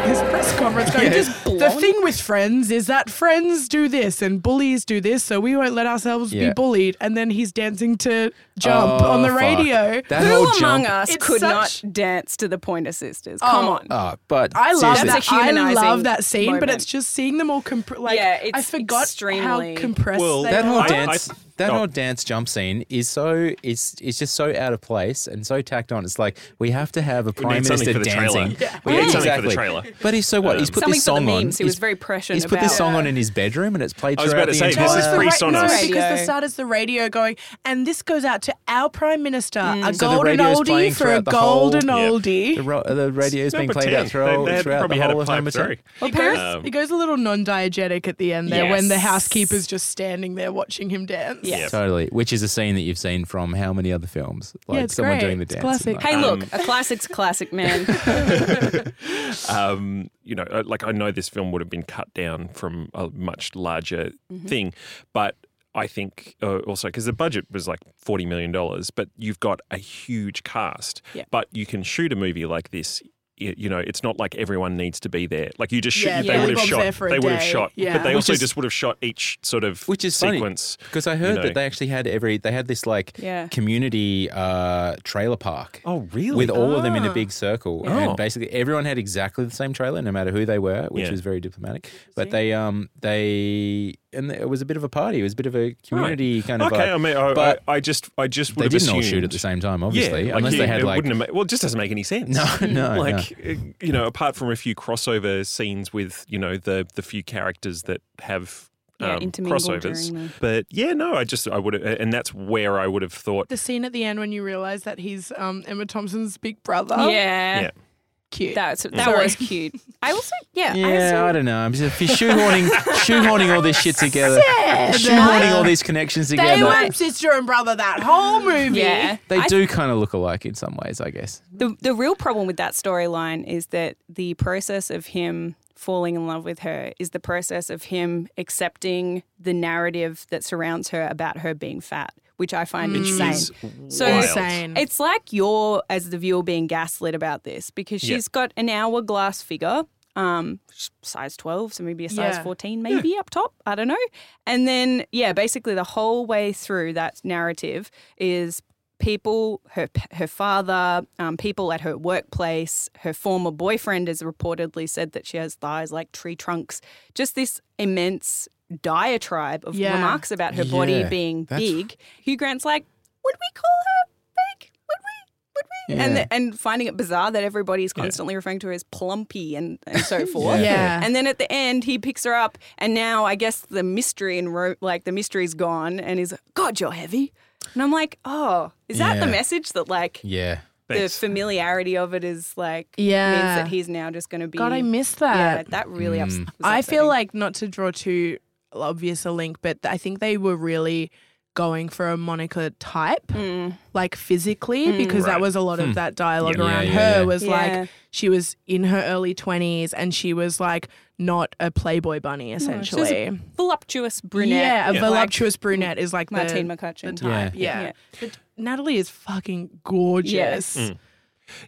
Speaker 4: his press conference going, just the thing with friends is that friends do this and bullies do this, so we won't let ourselves
Speaker 3: Yeah.
Speaker 4: be bullied. And then he's dancing to Jump
Speaker 3: Oh,
Speaker 4: on the
Speaker 3: fuck.
Speaker 4: radio.
Speaker 3: That
Speaker 5: Who
Speaker 3: whole
Speaker 5: among
Speaker 3: jump-
Speaker 5: us
Speaker 4: It's
Speaker 5: could
Speaker 4: such-
Speaker 5: not dance to the Pointer Sisters? Come on.
Speaker 3: Oh, but
Speaker 4: I love
Speaker 3: seriously.
Speaker 4: that.
Speaker 5: That's a
Speaker 4: I love
Speaker 5: humanizing
Speaker 4: that scene, but
Speaker 5: moment.
Speaker 4: it's just seeing them all comp- like
Speaker 5: Yeah,
Speaker 4: I
Speaker 5: it's
Speaker 4: forgot how
Speaker 5: extremely-
Speaker 4: compressed
Speaker 2: Well,
Speaker 4: they
Speaker 3: That whole
Speaker 4: are.
Speaker 2: I-
Speaker 3: dance,
Speaker 2: I-
Speaker 3: that
Speaker 2: Oh.
Speaker 3: whole dance jump scene is so it's it's just so out of place and so tacked on. It's like we have to have a prime
Speaker 2: need something for
Speaker 3: minister
Speaker 2: the trailer.
Speaker 3: dancing.
Speaker 2: Yeah. We need something for the trailer. Um,
Speaker 3: But he's so what? he's put
Speaker 5: Something
Speaker 3: this
Speaker 5: for the
Speaker 3: song on.
Speaker 5: memes. He
Speaker 3: he's-
Speaker 5: was very prescient
Speaker 3: He's put this
Speaker 5: about-
Speaker 3: song on in his bedroom and it's played.
Speaker 2: I was about
Speaker 3: throughout
Speaker 2: to
Speaker 3: the
Speaker 2: say, this
Speaker 3: entire-
Speaker 2: is free
Speaker 4: Right, no,
Speaker 2: Sonos.
Speaker 4: because the
Speaker 5: Radio.
Speaker 4: start is the radio going, and this goes out to our prime minister,
Speaker 5: Mm.
Speaker 4: a
Speaker 3: So the
Speaker 4: golden
Speaker 3: radio's playing
Speaker 4: oldie for a
Speaker 3: throughout the whole-
Speaker 4: golden
Speaker 3: Yeah.
Speaker 4: oldie.
Speaker 3: The, ro- uh, the radio is being
Speaker 2: Number
Speaker 3: played
Speaker 2: 10.
Speaker 3: out throughout,
Speaker 2: They- they had
Speaker 3: throughout
Speaker 2: probably
Speaker 3: the
Speaker 2: had
Speaker 3: whole
Speaker 2: a
Speaker 3: of
Speaker 2: pipe
Speaker 3: Homer
Speaker 2: through.
Speaker 4: It goes,
Speaker 2: Um,
Speaker 4: it goes a little non-diegetic at the end there when the
Speaker 5: Yes.
Speaker 4: housekeeper's just standing there watching him dance.
Speaker 5: Yeah. Yep.
Speaker 3: Totally, which is a scene that you've seen from how many other films? Like
Speaker 4: it's
Speaker 3: someone
Speaker 4: great.
Speaker 3: doing the
Speaker 4: It's
Speaker 3: dance.
Speaker 4: classic.
Speaker 3: Like,
Speaker 5: Hey, look, a classic's classic,
Speaker 2: [laughs]
Speaker 5: man.
Speaker 2: um, you know, uh, like I know this film would have been cut down from a much larger
Speaker 4: Mm-hmm.
Speaker 2: thing, but I think uh, also because the budget was like forty million dollars, but you've got a huge cast.
Speaker 5: Yeah.
Speaker 2: But you can shoot a movie like this. y- You know, it's not like everyone needs to be there. Like you just shoot,
Speaker 4: Yeah,
Speaker 2: they
Speaker 5: Billy
Speaker 2: would have
Speaker 4: Bob's there
Speaker 2: shot.
Speaker 4: for a
Speaker 2: They would have
Speaker 4: day.
Speaker 2: shot,
Speaker 4: Yeah.
Speaker 2: but they
Speaker 4: Which
Speaker 2: also
Speaker 3: is-
Speaker 2: just would have shot each sort of
Speaker 3: Which is funny,
Speaker 2: sequence.
Speaker 3: Because I heard
Speaker 2: know.
Speaker 3: that they actually had every they had this like
Speaker 5: Yeah.
Speaker 3: community uh, trailer park.
Speaker 2: Oh, really?
Speaker 3: With all of them
Speaker 5: Ah.
Speaker 3: in a big circle,
Speaker 2: Oh.
Speaker 3: and basically everyone had exactly the same trailer, no matter who they were, which
Speaker 2: Yeah.
Speaker 3: was very diplomatic. But they um they and it was a bit of a party. It was a bit of a community kind of.
Speaker 2: okay,
Speaker 3: vibe.
Speaker 2: I mean, I,
Speaker 3: but
Speaker 2: I, I just, I just would
Speaker 3: they
Speaker 2: have
Speaker 3: didn't
Speaker 2: assumed,
Speaker 3: all shoot at the same time,
Speaker 2: Yeah,
Speaker 3: obviously,
Speaker 2: like
Speaker 3: unless
Speaker 2: you-
Speaker 3: they had
Speaker 2: it
Speaker 3: like
Speaker 2: wouldn't have ma- well, it just doesn't make any sense.
Speaker 3: no, [laughs] no, no.
Speaker 2: like uh, you know apart from a few crossover scenes with you know the the few characters that have
Speaker 5: Yeah,
Speaker 2: um,
Speaker 5: intermingled
Speaker 2: crossovers
Speaker 5: during the-
Speaker 2: but yeah no i just i would uh, and that's where i would have thought
Speaker 4: The scene at the end when you realize that he's um, Emma Thompson's big brother.
Speaker 5: yeah.
Speaker 2: Oh. yeah
Speaker 4: Cute.
Speaker 5: That's that
Speaker 4: Sorry.
Speaker 5: was cute. [laughs] I also yeah, I
Speaker 3: Yeah, I
Speaker 5: also,
Speaker 3: don't know. I'm just
Speaker 5: [laughs]
Speaker 3: shoehorning, shoehorning all this shit together, [laughs] shoehorning all these connections together.
Speaker 4: they were sister and brother that whole movie.
Speaker 5: yeah.
Speaker 3: They
Speaker 5: I
Speaker 3: do kind of look alike in some ways, I guess.
Speaker 5: the the real problem with that storyline is that the process of him falling in love with her is the process of him accepting the narrative that surrounds her about her being fat, which I find insane.
Speaker 2: is
Speaker 5: So-
Speaker 2: wild.
Speaker 4: Insane.
Speaker 5: It's like you're, as the viewer, being gaslit about this because
Speaker 2: Yeah.
Speaker 5: she's got an hourglass figure, um, s- size 12, so maybe a size
Speaker 4: Yeah.
Speaker 5: 14, maybe up top. I don't know. And then, yeah, basically the whole way through that narrative is people, her, p- her father, um, people at her workplace, her former boyfriend has reportedly said that she has thighs like tree trunks, just this immense diatribe of
Speaker 4: Yeah.
Speaker 5: remarks about her body
Speaker 3: Yeah,
Speaker 5: being
Speaker 3: that's-
Speaker 5: big. Hugh Grant's like, would we call her big? Would we? Would we? And
Speaker 3: Yeah.
Speaker 5: the, and finding it bizarre that everybody is constantly referring to her as plumpy and, and
Speaker 3: [laughs]
Speaker 5: so forth.
Speaker 4: Yeah.
Speaker 5: And then at the end, he picks her up, and now I guess the mystery and ro- like the mystery's gone, and he's God, you're heavy. And I'm like, oh, is that the
Speaker 3: Yeah.
Speaker 5: message that like
Speaker 3: Yeah.
Speaker 2: Thanks.
Speaker 5: the familiarity of it is like means
Speaker 4: Yeah.
Speaker 5: that he's now just going to be
Speaker 4: God, I miss
Speaker 5: yeah
Speaker 4: that.
Speaker 5: that really
Speaker 3: Mm.
Speaker 5: ups- was
Speaker 4: I feel
Speaker 5: upsetting.
Speaker 4: like not to draw too obvious a link, but I think they were really going for a Monica type,
Speaker 5: Mm.
Speaker 4: like physically, because that
Speaker 2: Right.
Speaker 4: was a lot of that dialogue
Speaker 3: Hmm. Yeah,
Speaker 4: around
Speaker 3: yeah,
Speaker 4: her
Speaker 3: yeah.
Speaker 4: was
Speaker 5: Yeah.
Speaker 4: like she was in her early twenties and she was like not a Playboy bunny
Speaker 5: she was
Speaker 4: essentially.
Speaker 5: a voluptuous brunette
Speaker 4: Yeah, a
Speaker 5: like
Speaker 4: voluptuous brunette is like
Speaker 5: Martine
Speaker 4: the, the
Speaker 5: McCutcheon
Speaker 4: type. Yeah.
Speaker 5: Yeah.
Speaker 4: But Natalie is fucking gorgeous.
Speaker 3: Mm.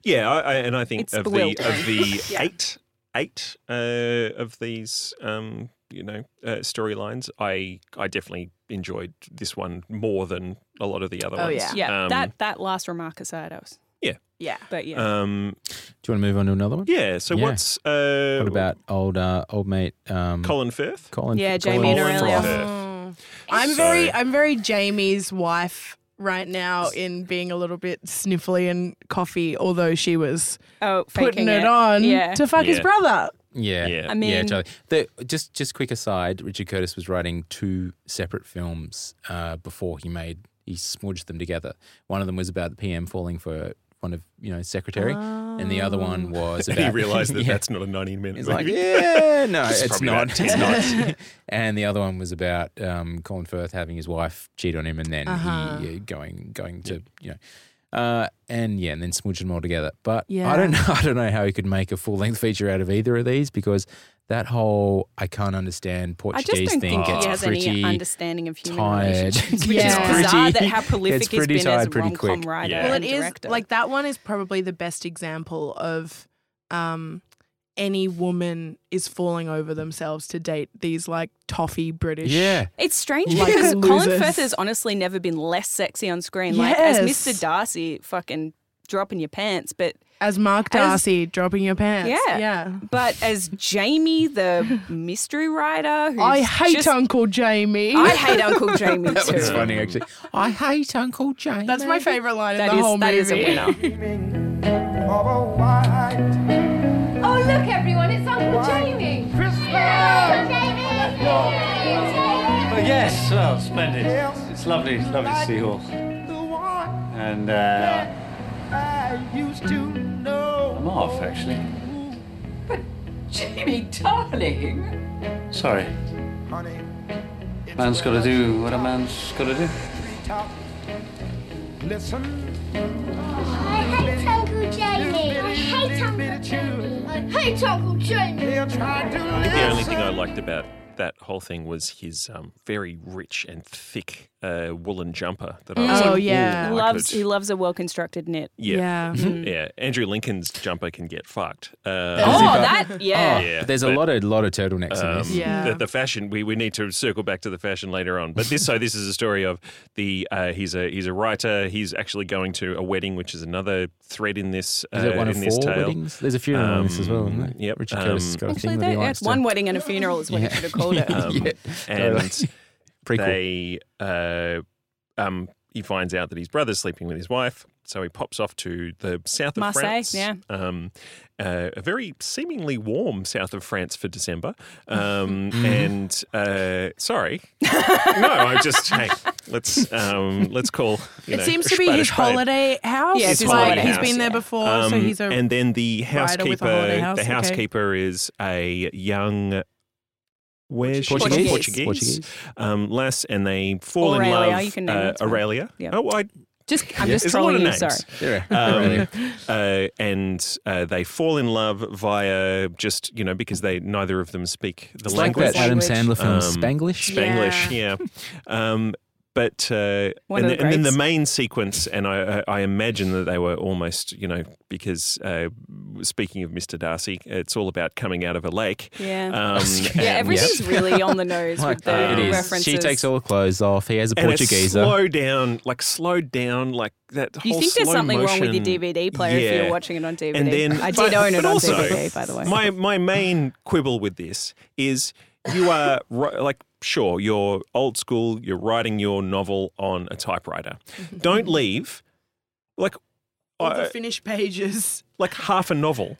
Speaker 2: yeah I, I, and i think
Speaker 5: It's
Speaker 2: of the
Speaker 5: bewildering. [laughs]
Speaker 2: of the eight eight uh, of these um you know uh, storylines i i definitely enjoyed this one more than a lot of the other
Speaker 4: Oh,
Speaker 2: ones
Speaker 4: yeah.
Speaker 5: Yeah,
Speaker 2: Um,
Speaker 5: that that last remark aside, I was.
Speaker 2: Yeah.
Speaker 5: yeah, but yeah,
Speaker 3: Uh,
Speaker 2: um
Speaker 3: Do you want to move on to another one?
Speaker 2: yeah so
Speaker 3: Yeah.
Speaker 2: what's uh
Speaker 3: What about old uh, old mate um,
Speaker 2: colin firth
Speaker 3: Colin?
Speaker 5: Yeah,
Speaker 3: Colin
Speaker 5: Jamie and
Speaker 3: Firth.
Speaker 5: Aurelia.
Speaker 2: Firth.
Speaker 4: Oh. I'm very I'm very Jamie's wife right now in being a little bit sniffly and coffee, although she was
Speaker 5: oh,
Speaker 4: putting
Speaker 5: faking
Speaker 4: it, on
Speaker 5: Yeah,
Speaker 4: to fuck his
Speaker 2: Yeah.
Speaker 4: brother.
Speaker 3: Yeah.
Speaker 2: Yeah.
Speaker 5: I
Speaker 3: yeah,
Speaker 5: mean-
Speaker 3: totally. The, just just quick aside, Richard Curtis was writing two separate films uh, before he made he smudged them together. One of them was about the PM falling for one of you know secretary, and the other one
Speaker 5: Oh.
Speaker 3: was
Speaker 2: And
Speaker 3: about
Speaker 2: [laughs] he
Speaker 3: [laughs]
Speaker 2: realized that
Speaker 3: Yeah.
Speaker 2: that's not a 90 minute
Speaker 3: He's like,
Speaker 2: movie.
Speaker 3: yeah, no, it's
Speaker 2: probably
Speaker 3: not.
Speaker 2: not.
Speaker 3: It's
Speaker 2: [laughs]
Speaker 3: not. [laughs] and the other one was about um, Colin Firth having his wife cheat on him, and then
Speaker 5: Uh-huh.
Speaker 3: he uh, going going to you know, uh, and yeah, and then smudging them all together. But I don't [laughs] know. I don't know how he could make a full length feature out of either of these because that whole I can't understand
Speaker 5: I
Speaker 3: Portuguese
Speaker 5: just don't
Speaker 3: thing
Speaker 5: think he
Speaker 3: gets
Speaker 5: has any
Speaker 3: pretty
Speaker 5: understanding of human
Speaker 3: tired.
Speaker 5: relationships, which
Speaker 4: Yeah.
Speaker 5: is bizarre
Speaker 3: Pretty-
Speaker 5: that
Speaker 3: [laughs]
Speaker 5: how prolific
Speaker 3: gets
Speaker 5: he's
Speaker 3: pretty
Speaker 5: been as a
Speaker 3: tired pretty
Speaker 5: rom com
Speaker 3: quick.
Speaker 5: writer.
Speaker 2: Yeah.
Speaker 5: and
Speaker 4: Well it is
Speaker 5: director.
Speaker 4: like that one is probably the best example of um any woman is falling over themselves to date these like toffee British
Speaker 3: yeah.
Speaker 5: It's strange
Speaker 4: Like
Speaker 5: because Colin
Speaker 4: losers.
Speaker 5: Firth has honestly never been less sexy on screen. Like as
Speaker 4: Yes.
Speaker 5: Mr. Darcy, fucking dropping your pants, but
Speaker 4: As Mark Darcy dropping your pants.
Speaker 5: yeah,
Speaker 4: Yeah.
Speaker 5: But as Jamie, the
Speaker 4: [laughs]
Speaker 5: mystery writer, who's
Speaker 4: I hate
Speaker 5: just-
Speaker 4: Uncle Jamie.
Speaker 5: I hate Uncle
Speaker 4: [laughs]
Speaker 5: Jamie too.
Speaker 3: It's funny actually. I hate Uncle James.
Speaker 4: That's my favorite line
Speaker 5: That
Speaker 4: in the
Speaker 5: is-
Speaker 4: whole
Speaker 5: that
Speaker 4: movie.
Speaker 5: is a winner.
Speaker 6: Oh, look, everyone, it's Uncle Jamie. Christmas! Uncle Jamie!
Speaker 8: Yes, well, splendid. It's lovely, it's lovely to see you all. And uh, I'm off, actually.
Speaker 6: Jamie, darling.
Speaker 8: Sorry. Man's got to do what a man's got to do.
Speaker 9: I hate Uncle Jamie. I hate Uncle Jamie. I hate Uncle Jamie.
Speaker 2: [laughs] The only thing I liked about that whole thing was his um, very rich and thick uh, woolen jumper that I was
Speaker 4: Oh,
Speaker 2: like, "Ooh,
Speaker 4: yeah.
Speaker 2: I
Speaker 5: loves
Speaker 2: could-"
Speaker 5: he loves a well constructed knit.
Speaker 2: Yeah. Mm-hmm. Yeah.
Speaker 3: Hmm.
Speaker 2: Andrew Lincoln's jumper can get fucked. Uh,
Speaker 5: Oh,
Speaker 3: but-
Speaker 5: that yeah.
Speaker 2: yeah,
Speaker 3: But there's a
Speaker 2: but,
Speaker 3: lot of lot of turtlenecks in this.
Speaker 2: um,
Speaker 4: Yeah.
Speaker 2: [laughs] The, the fashion we, we need to circle back to the fashion later on. But this so this is a story of the uh, he's a he's a writer. He's actually going to a wedding, which is another thread in this uh,
Speaker 3: Is it one
Speaker 2: in
Speaker 3: of
Speaker 2: this
Speaker 3: four
Speaker 2: tale. Um,
Speaker 3: weddings? There's a few in this as well, isn't there?
Speaker 2: yep, Um,
Speaker 3: Richard Curtis has got a
Speaker 5: Actually,
Speaker 3: thing that
Speaker 5: that,
Speaker 3: he likes
Speaker 5: that's
Speaker 3: to-
Speaker 5: one wedding and a funeral is what you should have called it.
Speaker 2: Um,
Speaker 3: [laughs] Yeah.
Speaker 2: And
Speaker 3: Prequel.
Speaker 2: they uh, um, he finds out that his brother's sleeping with his wife, so he pops off to the south of
Speaker 5: Marseille,
Speaker 2: France.
Speaker 5: yeah.
Speaker 2: um, uh, a very seemingly warm south of France for December.
Speaker 4: [laughs]
Speaker 2: Um,
Speaker 4: Mm-hmm.
Speaker 2: and uh, sorry, [laughs] no, I just hey, let's um, let's call. You
Speaker 4: It
Speaker 2: know,
Speaker 4: seems to be
Speaker 2: spade a
Speaker 4: his
Speaker 2: spade.
Speaker 4: holiday house.
Speaker 5: Yeah, it's
Speaker 2: his
Speaker 4: like
Speaker 2: holiday
Speaker 4: he's
Speaker 2: house,
Speaker 4: been there
Speaker 5: yeah.
Speaker 4: before, so
Speaker 2: Um,
Speaker 4: he's a
Speaker 2: and then the
Speaker 4: rider with a holiday
Speaker 2: housekeeper.
Speaker 4: house,
Speaker 2: the
Speaker 4: okay.
Speaker 2: housekeeper is a young. Where's she?
Speaker 5: Portuguese.
Speaker 2: Portuguese.
Speaker 3: Portuguese.
Speaker 2: Um, lass, and they fall
Speaker 5: Aurelia,
Speaker 2: in love. uh,
Speaker 5: you can name it, it's fine.
Speaker 2: Aurelia.
Speaker 5: Yeah.
Speaker 2: Oh, I,
Speaker 5: Just I'm just
Speaker 2: it's a lot
Speaker 5: trolling
Speaker 2: of
Speaker 5: you.
Speaker 2: names.
Speaker 5: Sorry.
Speaker 3: [laughs] Yeah.
Speaker 4: [laughs]
Speaker 2: Um, uh, and uh, they fall in love via just you know because they neither of them speak the
Speaker 3: It's like
Speaker 2: language.
Speaker 3: that Adam Sandler film
Speaker 2: Um,
Speaker 3: Spanglish.
Speaker 2: Spanglish, yeah. Um, but uh,
Speaker 5: One
Speaker 2: and,
Speaker 5: of
Speaker 2: the-
Speaker 5: the
Speaker 2: and then the
Speaker 5: greats.
Speaker 2: main sequence, and I, I I imagine that they were almost, you know, because uh, speaking of Mr. Darcy, it's all about coming out of a lake.
Speaker 5: Yeah.
Speaker 2: [laughs] Um,
Speaker 5: Yeah,
Speaker 2: and-
Speaker 5: everything's really on the nose with the
Speaker 2: that. It is.
Speaker 5: references.
Speaker 3: She takes all her clothes off. He has a
Speaker 2: and it's
Speaker 3: Portuguese.
Speaker 2: slow down, like slow down, like that.
Speaker 5: You
Speaker 2: whole
Speaker 5: think there's
Speaker 2: slow
Speaker 5: something wrong with your
Speaker 2: motion.
Speaker 5: DVD player if
Speaker 2: Yeah.
Speaker 5: you're watching it on DVD?
Speaker 2: And then,
Speaker 5: I did
Speaker 2: but-
Speaker 5: own
Speaker 2: but
Speaker 5: it on
Speaker 2: also,
Speaker 5: DVD, by the way.
Speaker 2: My my main quibble with this is you are [laughs] ri- like sure you're old school. You're writing your novel on a
Speaker 5: [laughs]
Speaker 2: typewriter. Don't leave like
Speaker 4: all the
Speaker 2: I,
Speaker 4: finished pages.
Speaker 2: like half a novel,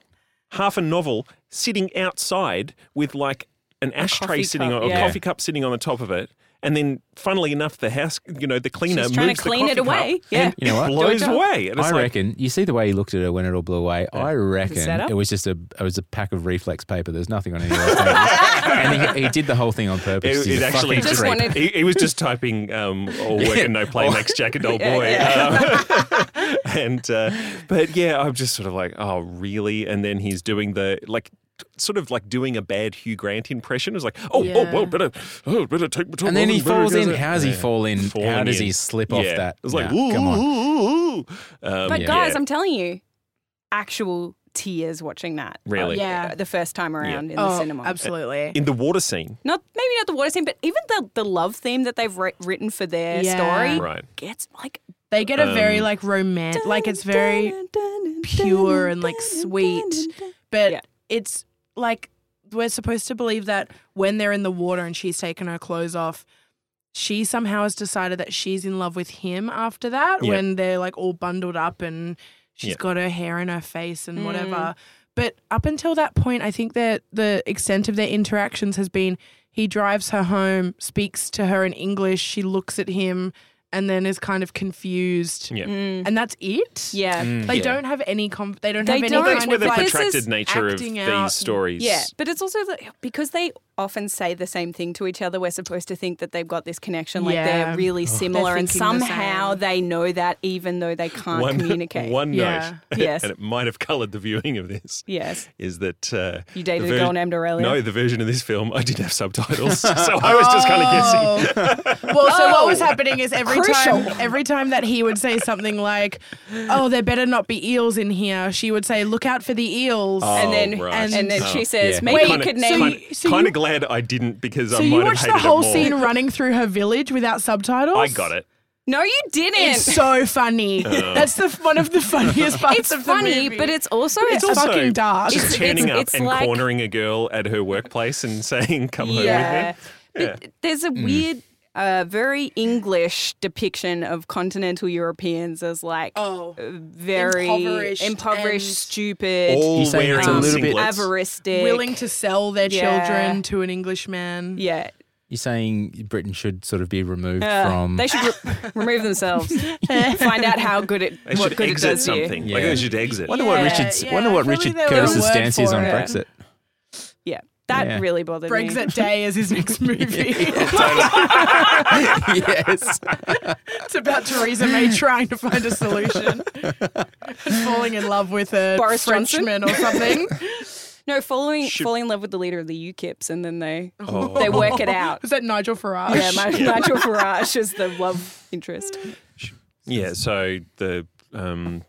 Speaker 2: half a novel sitting outside with like an ashtray
Speaker 5: coffee
Speaker 2: sitting
Speaker 5: cup,
Speaker 2: on
Speaker 5: yeah.
Speaker 2: a coffee cup sitting on the top of it. And then, funnily enough, the house, you know, the cleaner
Speaker 5: She's
Speaker 2: moves
Speaker 5: trying to
Speaker 2: the
Speaker 5: clean it
Speaker 2: coffee cup
Speaker 5: away, yeah.
Speaker 2: and
Speaker 3: You know what? Do
Speaker 2: blows
Speaker 3: it up.
Speaker 2: away. And it's
Speaker 3: I
Speaker 2: like,
Speaker 3: reckon you see the way he looked at her when it all blew away. I reckon
Speaker 5: setup?
Speaker 3: it was just a it was a pack of reflex paper. There's nothing on any of those pages.
Speaker 5: [laughs]
Speaker 3: and he, he did the whole thing on purpose.
Speaker 2: It, it
Speaker 3: He's a
Speaker 2: actually
Speaker 3: fucking
Speaker 2: just
Speaker 3: creep.
Speaker 5: wanted-
Speaker 2: he, he was just typing um, "all work and no play makes Jack a
Speaker 3: [laughs]
Speaker 2: dull
Speaker 5: Yeah,
Speaker 2: boy,"
Speaker 5: yeah.
Speaker 2: Um, [laughs] and uh, but yeah, I'm just sort of like, oh really? And then he's doing the like. Sort of like doing a bad Hugh Grant impression. It was like, oh, oh,
Speaker 4: Yeah.
Speaker 2: well, better, oh, better take my time.
Speaker 3: And then he
Speaker 2: off better
Speaker 3: falls
Speaker 2: get
Speaker 3: in.
Speaker 2: it.
Speaker 3: How does he fall in? How
Speaker 2: Falling
Speaker 3: does he
Speaker 2: in.
Speaker 3: slip
Speaker 2: yeah.
Speaker 3: off that?
Speaker 2: It was like,
Speaker 3: Nah,
Speaker 2: ooh,
Speaker 3: come on.
Speaker 2: ooh, ooh, ooh. Um,
Speaker 5: But
Speaker 2: yeah.
Speaker 5: guys, I'm telling you, actual tears watching that. Uh,
Speaker 2: Really?
Speaker 5: Yeah, the first time around in the
Speaker 4: Oh,
Speaker 5: cinema.
Speaker 4: absolutely.
Speaker 2: in the water scene,
Speaker 5: Not maybe not the water scene, but even the the love theme that they've wri- written for their
Speaker 4: Yeah.
Speaker 5: story
Speaker 2: right?
Speaker 5: gets like
Speaker 4: They get a very
Speaker 2: Um,
Speaker 4: like romantic, like it's very pure and like sweet, but
Speaker 5: Yeah.
Speaker 4: it's like we're supposed to believe that when they're in the water and she's taken her clothes off, she somehow has decided that she's in love with him after that
Speaker 2: Yeah.
Speaker 4: when they're like all bundled up and she's
Speaker 2: Yeah. Mm.
Speaker 4: got her hair in her face and whatever. But up until that point, I think that the extent of their interactions has been he drives her home, speaks to her in English, she looks at him and then is kind of confused.
Speaker 2: Yeah.
Speaker 5: Mm.
Speaker 4: And that's it.
Speaker 5: Yeah.
Speaker 2: Mm.
Speaker 4: They don't have any com- they don't
Speaker 5: They
Speaker 4: have any
Speaker 5: don't.
Speaker 4: kind
Speaker 2: That's where
Speaker 4: of
Speaker 2: the
Speaker 5: like-
Speaker 4: like,
Speaker 5: This is
Speaker 2: protracted nature of
Speaker 4: acting
Speaker 2: these
Speaker 4: out.
Speaker 2: stories.
Speaker 5: Yeah, but it's also that because they often say the same thing to each other. We're supposed to think that they've got this connection, like
Speaker 4: Yeah.
Speaker 5: they're really similar, and
Speaker 4: thinking the
Speaker 5: somehow
Speaker 4: same.
Speaker 5: they know that, even though they can't
Speaker 2: [laughs] one,
Speaker 5: communicate.
Speaker 2: One
Speaker 4: Yeah.
Speaker 2: note,
Speaker 5: Yes.
Speaker 2: and it might have coloured the viewing of this.
Speaker 5: Yes.
Speaker 2: is that uh,
Speaker 5: You dated
Speaker 2: the
Speaker 5: a girl named Aurelia?
Speaker 2: No, the version of this film I did have
Speaker 5: [laughs]
Speaker 2: subtitles, so I was just kind of guessing.
Speaker 5: Oh.
Speaker 4: Oh. Well, so what was happening is every time every time that he would say something like, "Oh, there better not be eels in here," she would say, "Look out for the eels."
Speaker 5: And then,
Speaker 2: Oh, right.
Speaker 5: and, and then
Speaker 2: Oh,
Speaker 5: she says,
Speaker 3: yeah.
Speaker 5: maybe
Speaker 4: Wait,
Speaker 5: you
Speaker 2: Kinda-
Speaker 5: could
Speaker 4: so
Speaker 5: name.
Speaker 2: kinda-
Speaker 4: you- so
Speaker 2: kinda
Speaker 4: you-
Speaker 2: glad I didn't because I
Speaker 4: so
Speaker 2: might
Speaker 4: you
Speaker 2: have
Speaker 4: watched
Speaker 2: hated
Speaker 4: the whole
Speaker 2: it more.
Speaker 4: scene running through her village without subtitles.
Speaker 2: I got it.
Speaker 5: No, you didn't.
Speaker 4: It's so funny. That's the one
Speaker 5: [laughs]
Speaker 4: of the funniest parts
Speaker 5: It's
Speaker 4: of the
Speaker 5: funny,
Speaker 4: movie.
Speaker 5: but it's also
Speaker 4: It's also- fucking dark.
Speaker 5: It's-
Speaker 2: turning
Speaker 5: it's-
Speaker 2: up
Speaker 5: it's
Speaker 2: and
Speaker 5: like-
Speaker 2: cornering a girl at her workplace and [laughs] saying, "Come home
Speaker 5: yeah.
Speaker 2: with me."
Speaker 5: But there's a weird, uh, very English depiction of continental Europeans as like uh,
Speaker 4: Oh,
Speaker 5: very
Speaker 4: impoverished
Speaker 5: impoverished,
Speaker 4: and-
Speaker 5: stupid, um,
Speaker 3: He's
Speaker 2: All
Speaker 3: saying
Speaker 2: wearing
Speaker 3: it's a little bit-
Speaker 2: singlets.
Speaker 5: avaristic,
Speaker 4: willing to sell their
Speaker 5: Yeah.
Speaker 4: children to an Englishman.
Speaker 5: Yeah,
Speaker 3: You're saying Britain should sort of be removed
Speaker 5: Uh,
Speaker 3: from.
Speaker 5: they should re-
Speaker 4: [laughs]
Speaker 5: remove themselves. Find out how good it
Speaker 2: They
Speaker 5: what
Speaker 2: should
Speaker 5: good it
Speaker 2: exit
Speaker 5: does to you.
Speaker 2: something. Like
Speaker 3: Yeah.
Speaker 2: they should exit.
Speaker 3: wonder what
Speaker 4: Yeah,
Speaker 3: Richard's.
Speaker 4: yeah,
Speaker 3: wonder what
Speaker 4: if only
Speaker 3: Richard
Speaker 4: there was a
Speaker 3: Curtis's
Speaker 4: word
Speaker 3: stance is
Speaker 4: for
Speaker 3: on
Speaker 4: it.
Speaker 5: [laughs]
Speaker 3: Brexit.
Speaker 5: Yeah, that
Speaker 3: Yeah.
Speaker 5: really bothered me.
Speaker 4: Brexit Day is
Speaker 5: [laughs]
Speaker 4: his next movie.
Speaker 3: yes.
Speaker 4: it's about Theresa May [laughs] trying to find a [laughs] solution, falling in love with a
Speaker 5: Boris Johnson?
Speaker 4: Frenchman or something.
Speaker 5: No, following
Speaker 2: Should-
Speaker 5: falling in love with the leader of the UKIPs, and then they they work it out.
Speaker 4: [laughs] Was that Nigel Farage?
Speaker 5: Yeah, Mar- Nigel Farage is the love interest.
Speaker 2: Yeah, so the um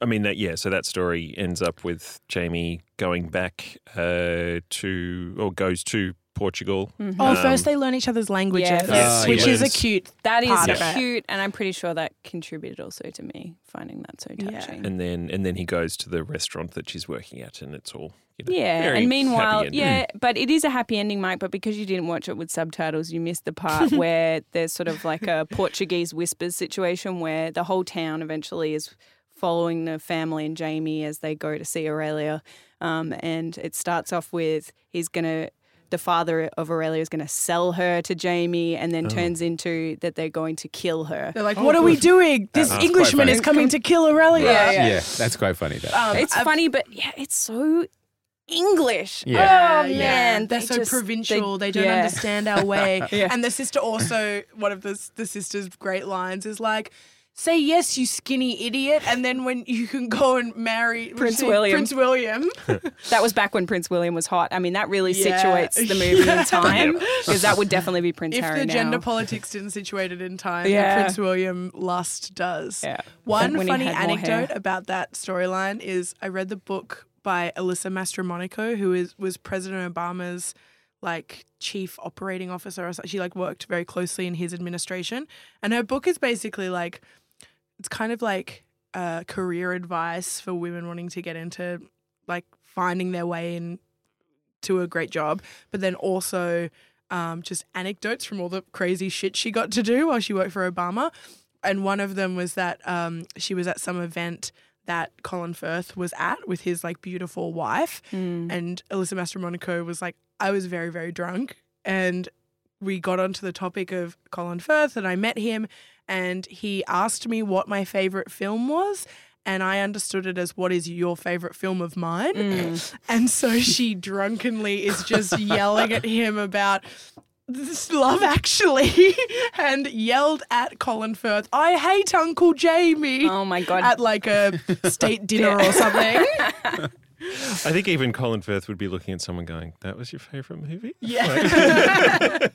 Speaker 2: I mean that yeah, so that story ends up with Jamie going back uh to or goes to Portugal.
Speaker 4: Oh,
Speaker 2: Um,
Speaker 4: first they learn each other's languages,
Speaker 5: Yeah,
Speaker 2: Yes,
Speaker 4: which
Speaker 2: he
Speaker 4: is a
Speaker 2: learns.
Speaker 4: cute.
Speaker 5: That
Speaker 4: Part
Speaker 5: is
Speaker 4: of it.
Speaker 5: cute, and I'm pretty sure that contributed also to me finding that so
Speaker 4: Yeah.
Speaker 5: touching.
Speaker 2: and then and then he goes to the restaurant that she's working at and it's all you know,
Speaker 5: Yeah,
Speaker 2: very
Speaker 5: and meanwhile,
Speaker 2: happy ending.
Speaker 5: yeah, but it is a happy ending, Mike. But because you didn't watch it with subtitles, you missed the part where there's sort of like a Portuguese whispers situation where the whole town eventually is following the family and Jamie as they go to see Aurelia. Um, and it starts off with he's going to, the father of Aurelia is going to sell her to Jamie and then turns into that they're going to kill her.
Speaker 4: They're like, what are we doing? This
Speaker 3: That's quite
Speaker 4: Englishman
Speaker 3: funny.
Speaker 4: is coming to kill Aurelia.
Speaker 3: Yeah. that's quite funny. That.
Speaker 5: It's funny, but yeah, it's so English.
Speaker 3: Yeah.
Speaker 5: Oh, man.
Speaker 4: they're
Speaker 5: they
Speaker 4: so
Speaker 5: just- they-
Speaker 4: provincial. They, don't
Speaker 5: yeah.
Speaker 4: understand our way. And the sister also, one of the the sister's great lines is like. Say yes, you skinny idiot, and then when you can go and marry
Speaker 5: Prince
Speaker 4: she-
Speaker 5: William. [laughs]
Speaker 4: Prince William.
Speaker 5: That was back when Prince William was hot. I mean, that really
Speaker 4: Yeah.
Speaker 5: situates
Speaker 4: [laughs]
Speaker 5: the movie in time because that would definitely be Prince
Speaker 4: if
Speaker 5: Harry
Speaker 4: the
Speaker 5: now.
Speaker 4: gender politics didn't situate it in time,
Speaker 5: Yeah.
Speaker 4: the Prince William lust does.
Speaker 5: Yeah.
Speaker 4: One
Speaker 5: When he
Speaker 4: funny
Speaker 5: had more hair.
Speaker 4: anecdote about that storyline is I read the book by Alyssa Mastromonico, who is was President Obama's like chief operating officer or so- she like worked very closely in his administration. And her book is basically like it's kind of like uh, career advice for women wanting to get into like finding their way in to a great job, but then also um, just anecdotes from all the crazy shit she got to do while she worked for Obama. And one of them was that um, she was at some event that Colin Firth was at with his like beautiful wife, and Alyssa Mastromonico was like, I was very very drunk, and we got onto the topic of Colin Firth, and I met him, and he asked me what my favorite film was. And I understood it as what is your favorite film of mine? [laughs] And so she drunkenly is just yelling at him about this love actually [laughs] and yelled at Colin Firth, I hate Uncle Jamie.
Speaker 5: oh my god!
Speaker 4: At like a state
Speaker 5: [laughs]
Speaker 4: dinner or something.
Speaker 2: I think even Colin Firth would be looking at someone going, "That was your favorite movie."
Speaker 4: Yeah.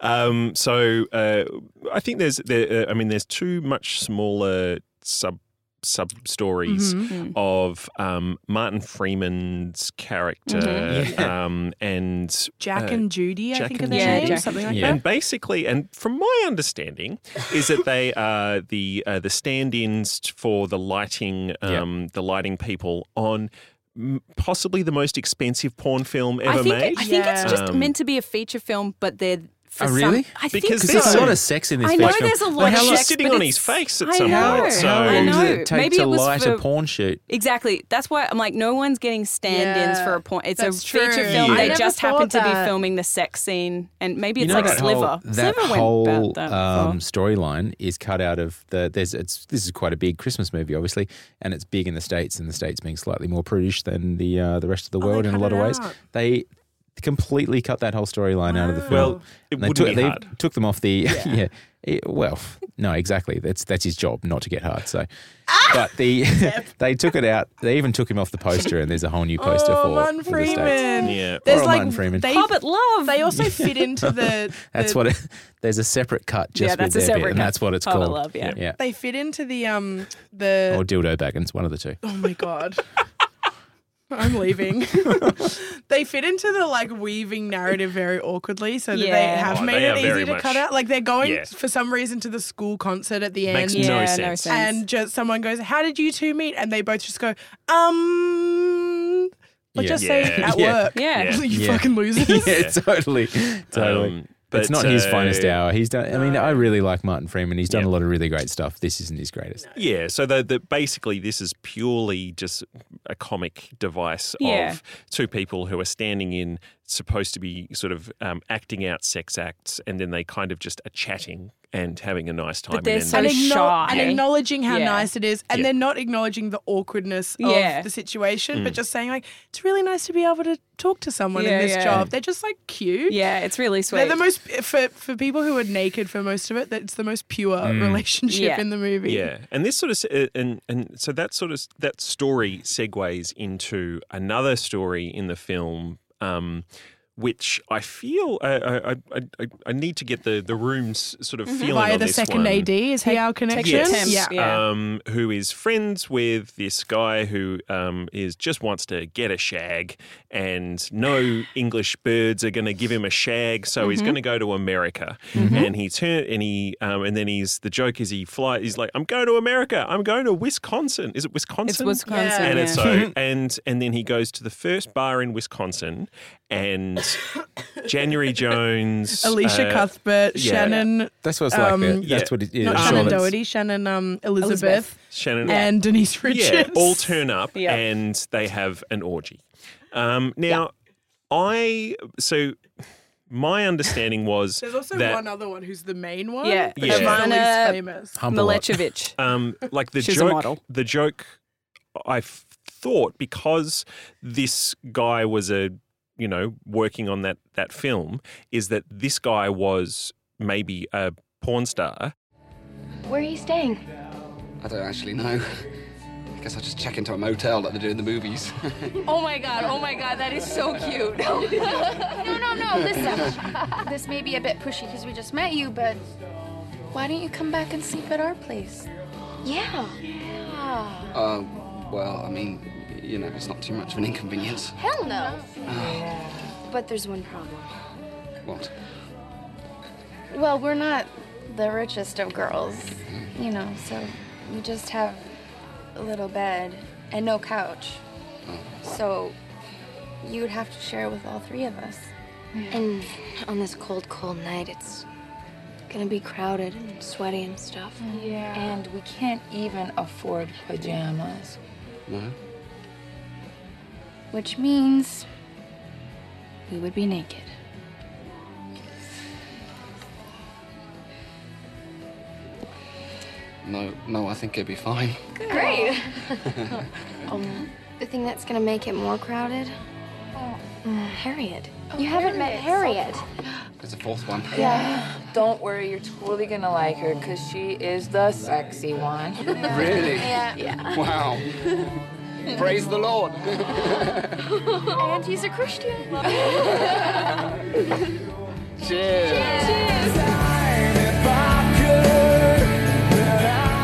Speaker 2: Um, so uh, I think there's there. Uh, I mean, there's two much smaller sub sub stories
Speaker 5: Mm-hmm.
Speaker 3: Mm-hmm.
Speaker 2: of um, Martin Freeman's character
Speaker 5: Mm-hmm.
Speaker 2: [laughs] um, and
Speaker 4: [laughs] Jack
Speaker 2: uh,
Speaker 4: and Judy, I
Speaker 2: Jack
Speaker 4: think are
Speaker 2: and
Speaker 4: their
Speaker 5: Judy. Yeah,
Speaker 4: names,
Speaker 5: Jack
Speaker 4: something
Speaker 5: and
Speaker 4: like
Speaker 3: Judy. Yeah.
Speaker 2: And basically, and from my understanding, is that they are the uh, the stand-ins for the lighting, um, the lighting people on m- possibly the most expensive porn film ever
Speaker 5: I think
Speaker 2: made.
Speaker 5: I think
Speaker 4: Yeah.
Speaker 5: it's just meant to be a feature film, but they're for
Speaker 3: Oh, really?
Speaker 5: Some, I
Speaker 2: Because
Speaker 5: think
Speaker 3: Because there's
Speaker 5: so.
Speaker 3: a lot of sex in this.
Speaker 5: I know
Speaker 3: film.
Speaker 5: there's a lot
Speaker 2: Like,
Speaker 5: of
Speaker 2: she's
Speaker 5: sex,
Speaker 2: sitting
Speaker 5: but
Speaker 2: on
Speaker 5: it's-
Speaker 2: his face at
Speaker 5: I
Speaker 2: some
Speaker 5: know,
Speaker 2: point,
Speaker 5: I
Speaker 2: so-
Speaker 3: How long
Speaker 5: know.
Speaker 3: does it take
Speaker 5: Maybe
Speaker 3: to
Speaker 5: it was
Speaker 3: light
Speaker 5: for,
Speaker 3: a porn shoot?
Speaker 5: Exactly. That's why I'm like, no one's getting stand-ins
Speaker 4: Yeah,
Speaker 5: for a porn. It's
Speaker 4: that's
Speaker 5: a feature
Speaker 4: true.
Speaker 5: film.
Speaker 2: Yeah. I
Speaker 5: They
Speaker 4: never
Speaker 5: just happen
Speaker 4: thought
Speaker 5: to be
Speaker 4: that.
Speaker 5: filming the sex scene, and maybe it's
Speaker 3: you know
Speaker 5: like
Speaker 3: that
Speaker 5: Sliver.
Speaker 3: whole, that
Speaker 5: Sliver went
Speaker 3: whole
Speaker 5: bad that
Speaker 3: um, storyline is cut out of the. There's it's this is quite a big Christmas movie, obviously, and it's big in the states, and the states being slightly more prudish than the uh, the
Speaker 5: Oh,
Speaker 3: rest of the
Speaker 4: they
Speaker 3: world in a
Speaker 4: cut
Speaker 3: lot
Speaker 4: it
Speaker 3: of ways.
Speaker 4: out.
Speaker 3: They completely cut that whole storyline out of the
Speaker 4: Wow.
Speaker 3: film.
Speaker 2: Well, it
Speaker 3: And they
Speaker 2: wouldn't be
Speaker 3: took, they
Speaker 2: hard.
Speaker 3: took them off the [laughs] yeah. It- well, no, exactly. That's that's his job, not to get hard. So,
Speaker 5: Ah!
Speaker 3: but
Speaker 5: [laughs]
Speaker 3: the [laughs] they took it out. They even took him off the poster, and there's a whole new poster
Speaker 4: Oh,
Speaker 3: for,
Speaker 4: Martin
Speaker 3: for the states.
Speaker 4: Freeman.
Speaker 2: Yeah.
Speaker 4: There's
Speaker 3: Or
Speaker 4: like
Speaker 3: Martin Freeman.
Speaker 4: They,
Speaker 5: Hobbit love.
Speaker 4: they
Speaker 2: [laughs]
Speaker 4: also fit into the,
Speaker 3: That's
Speaker 4: the
Speaker 3: what. It, [laughs] there's a separate cut just
Speaker 5: Yeah, that's
Speaker 3: with
Speaker 5: a
Speaker 3: their
Speaker 5: separate
Speaker 3: bit, and
Speaker 5: cut.
Speaker 3: that's what it's
Speaker 5: Hobbit
Speaker 3: called.
Speaker 5: love, yeah.
Speaker 3: yeah.
Speaker 4: they fit into the um the
Speaker 5: [laughs]
Speaker 3: or dildo baggins, one of the two.
Speaker 4: Oh my god. I'm
Speaker 2: [laughs]
Speaker 4: leaving. they fit into the like weaving narrative very awkwardly, so that
Speaker 5: Yeah.
Speaker 4: they have
Speaker 2: Oh,
Speaker 4: made
Speaker 2: they are
Speaker 4: it
Speaker 2: very
Speaker 4: easy to
Speaker 2: much-
Speaker 4: cut out. Like they're going
Speaker 2: Yeah.
Speaker 4: for some reason to the school concert at the
Speaker 2: Makes
Speaker 4: end,
Speaker 2: no
Speaker 5: Yeah, no
Speaker 2: sense.
Speaker 5: sense.
Speaker 4: and just someone goes, "How did you two meet?" And they both just go, "Um." Like
Speaker 3: Yeah.
Speaker 4: just say
Speaker 2: Yeah.
Speaker 4: at
Speaker 3: Yeah.
Speaker 4: work.
Speaker 5: Yeah. Yeah.
Speaker 4: [laughs] you
Speaker 3: Yeah.
Speaker 4: fucking
Speaker 3: [laughs]
Speaker 4: losers.
Speaker 3: yeah, totally, totally.
Speaker 2: Um,
Speaker 3: but it's not his
Speaker 2: uh,
Speaker 3: finest hour. He's done. I mean, I really like Martin Freeman. He's done
Speaker 2: Yeah.
Speaker 3: a lot of really great stuff. This isn't his greatest.
Speaker 2: Yeah, so the, the, basically this is purely just a comic device
Speaker 5: Yeah.
Speaker 2: of two people who are standing in, supposed to be sort of um, acting out sex acts, and then they kind of just are chatting and having a nice time.
Speaker 5: they're
Speaker 2: and then
Speaker 5: so
Speaker 4: [laughs] and,
Speaker 2: they-
Speaker 4: acknow-
Speaker 5: shy.
Speaker 4: and acknowledging how
Speaker 5: Yeah.
Speaker 4: nice it is, and
Speaker 2: Yeah.
Speaker 4: then not acknowledging the awkwardness of
Speaker 5: Yeah.
Speaker 4: the situation,
Speaker 2: Mm.
Speaker 4: but just saying like, "It's really nice to be able to talk to someone
Speaker 5: Yeah,
Speaker 4: in this
Speaker 5: yeah.
Speaker 4: job." They're just like cute.
Speaker 5: Yeah, it's really sweet.
Speaker 4: They're the most for for people who are naked for most of it. That's the most pure relationship
Speaker 5: Yeah.
Speaker 4: in the movie.
Speaker 2: Mm. Yeah, and this sort of se- and and so that sort of that story segues into another story in the film, um, which I feel I I, I- I I need to get the the room's sort of feeling
Speaker 4: Mm-hmm. Via
Speaker 2: on
Speaker 4: the
Speaker 2: this
Speaker 4: second
Speaker 2: one.
Speaker 4: AD is he our connection?
Speaker 5: Yes.
Speaker 2: Yes.
Speaker 5: Yeah. Yeah.
Speaker 2: Um, who is friends with this guy who um, is just wants to get a shag, and no English birds are going to give him a shag, so he's
Speaker 5: Mm-hmm.
Speaker 2: going to go to America. And he turn and he um, and then he's the joke is he fly he's like I'm going to America, I'm going to Wisconsin. Is it Wisconsin?
Speaker 5: it's Wisconsin.
Speaker 4: Yeah.
Speaker 2: and
Speaker 5: yeah.
Speaker 2: it's uh,
Speaker 5: [laughs]
Speaker 2: so and and then he goes to the first bar in Wisconsin,
Speaker 5: [coughs]
Speaker 2: and January Jones, uh,
Speaker 4: Alicia Cuthbert,
Speaker 2: yeah.
Speaker 4: Shannon,
Speaker 3: That's what it's like.
Speaker 4: Um,
Speaker 3: There.
Speaker 2: yeah.
Speaker 3: That's what it is.
Speaker 4: not
Speaker 2: Um,
Speaker 4: Shannon
Speaker 2: Sure,
Speaker 4: Doherty, Shannon um, Elizabeth,
Speaker 5: Elizabeth.
Speaker 2: Shannon
Speaker 4: and Denise Richards.
Speaker 2: Yeah, all turn up
Speaker 5: Yeah.
Speaker 2: and they have an orgy. Um, now, I so my understanding was
Speaker 4: There's also
Speaker 2: that
Speaker 4: one other one who's the main one.
Speaker 5: Yeah.
Speaker 4: but she's
Speaker 2: Yeah.
Speaker 4: the
Speaker 5: Ivana-
Speaker 4: least famous.
Speaker 5: Milechovic.
Speaker 2: um, like
Speaker 5: [laughs]
Speaker 2: the
Speaker 5: She's a
Speaker 2: joke,
Speaker 5: model.
Speaker 2: the joke. I f- thought because this guy was a you know working on that that film is that this guy was maybe a porn star
Speaker 6: Where are you staying?
Speaker 10: I don't actually know. I guess I'll just check into a motel like they do in the movies.
Speaker 6: [laughs] Oh my god, oh my god, that is so cute.
Speaker 9: No, no, Oh, no, listen. this may be a bit pushy because we just met you, but why don't you come back and sleep at our place? Yeah. Yeah.
Speaker 10: uh, well, I mean, you know, it's not too much of an inconvenience. Ah.
Speaker 9: Hell no. But there's one problem.
Speaker 10: What?
Speaker 9: Well, we're not the richest of girls, you know, so we just have a little bed and no couch. So you'd have to share with all three of us.
Speaker 11: And on this cold, cold night, it's gonna be crowded and sweaty and stuff.
Speaker 6: And we can't even afford pajamas.
Speaker 10: No?
Speaker 9: Which means we would be naked.
Speaker 10: No, no, I think it'd be fine.
Speaker 9: Great.
Speaker 11: [laughs] Um, The thing that's gonna make it more crowded? Mm, Harriet.
Speaker 9: you haven't met Oh. Harriet.
Speaker 10: There's a fourth one.
Speaker 6: [laughs] Don't worry, you're totally gonna like her because she is the sexy one.
Speaker 10: Really? Yeah. Wow. Praise the Lord.
Speaker 9: And he's a Christian.
Speaker 10: Cheers.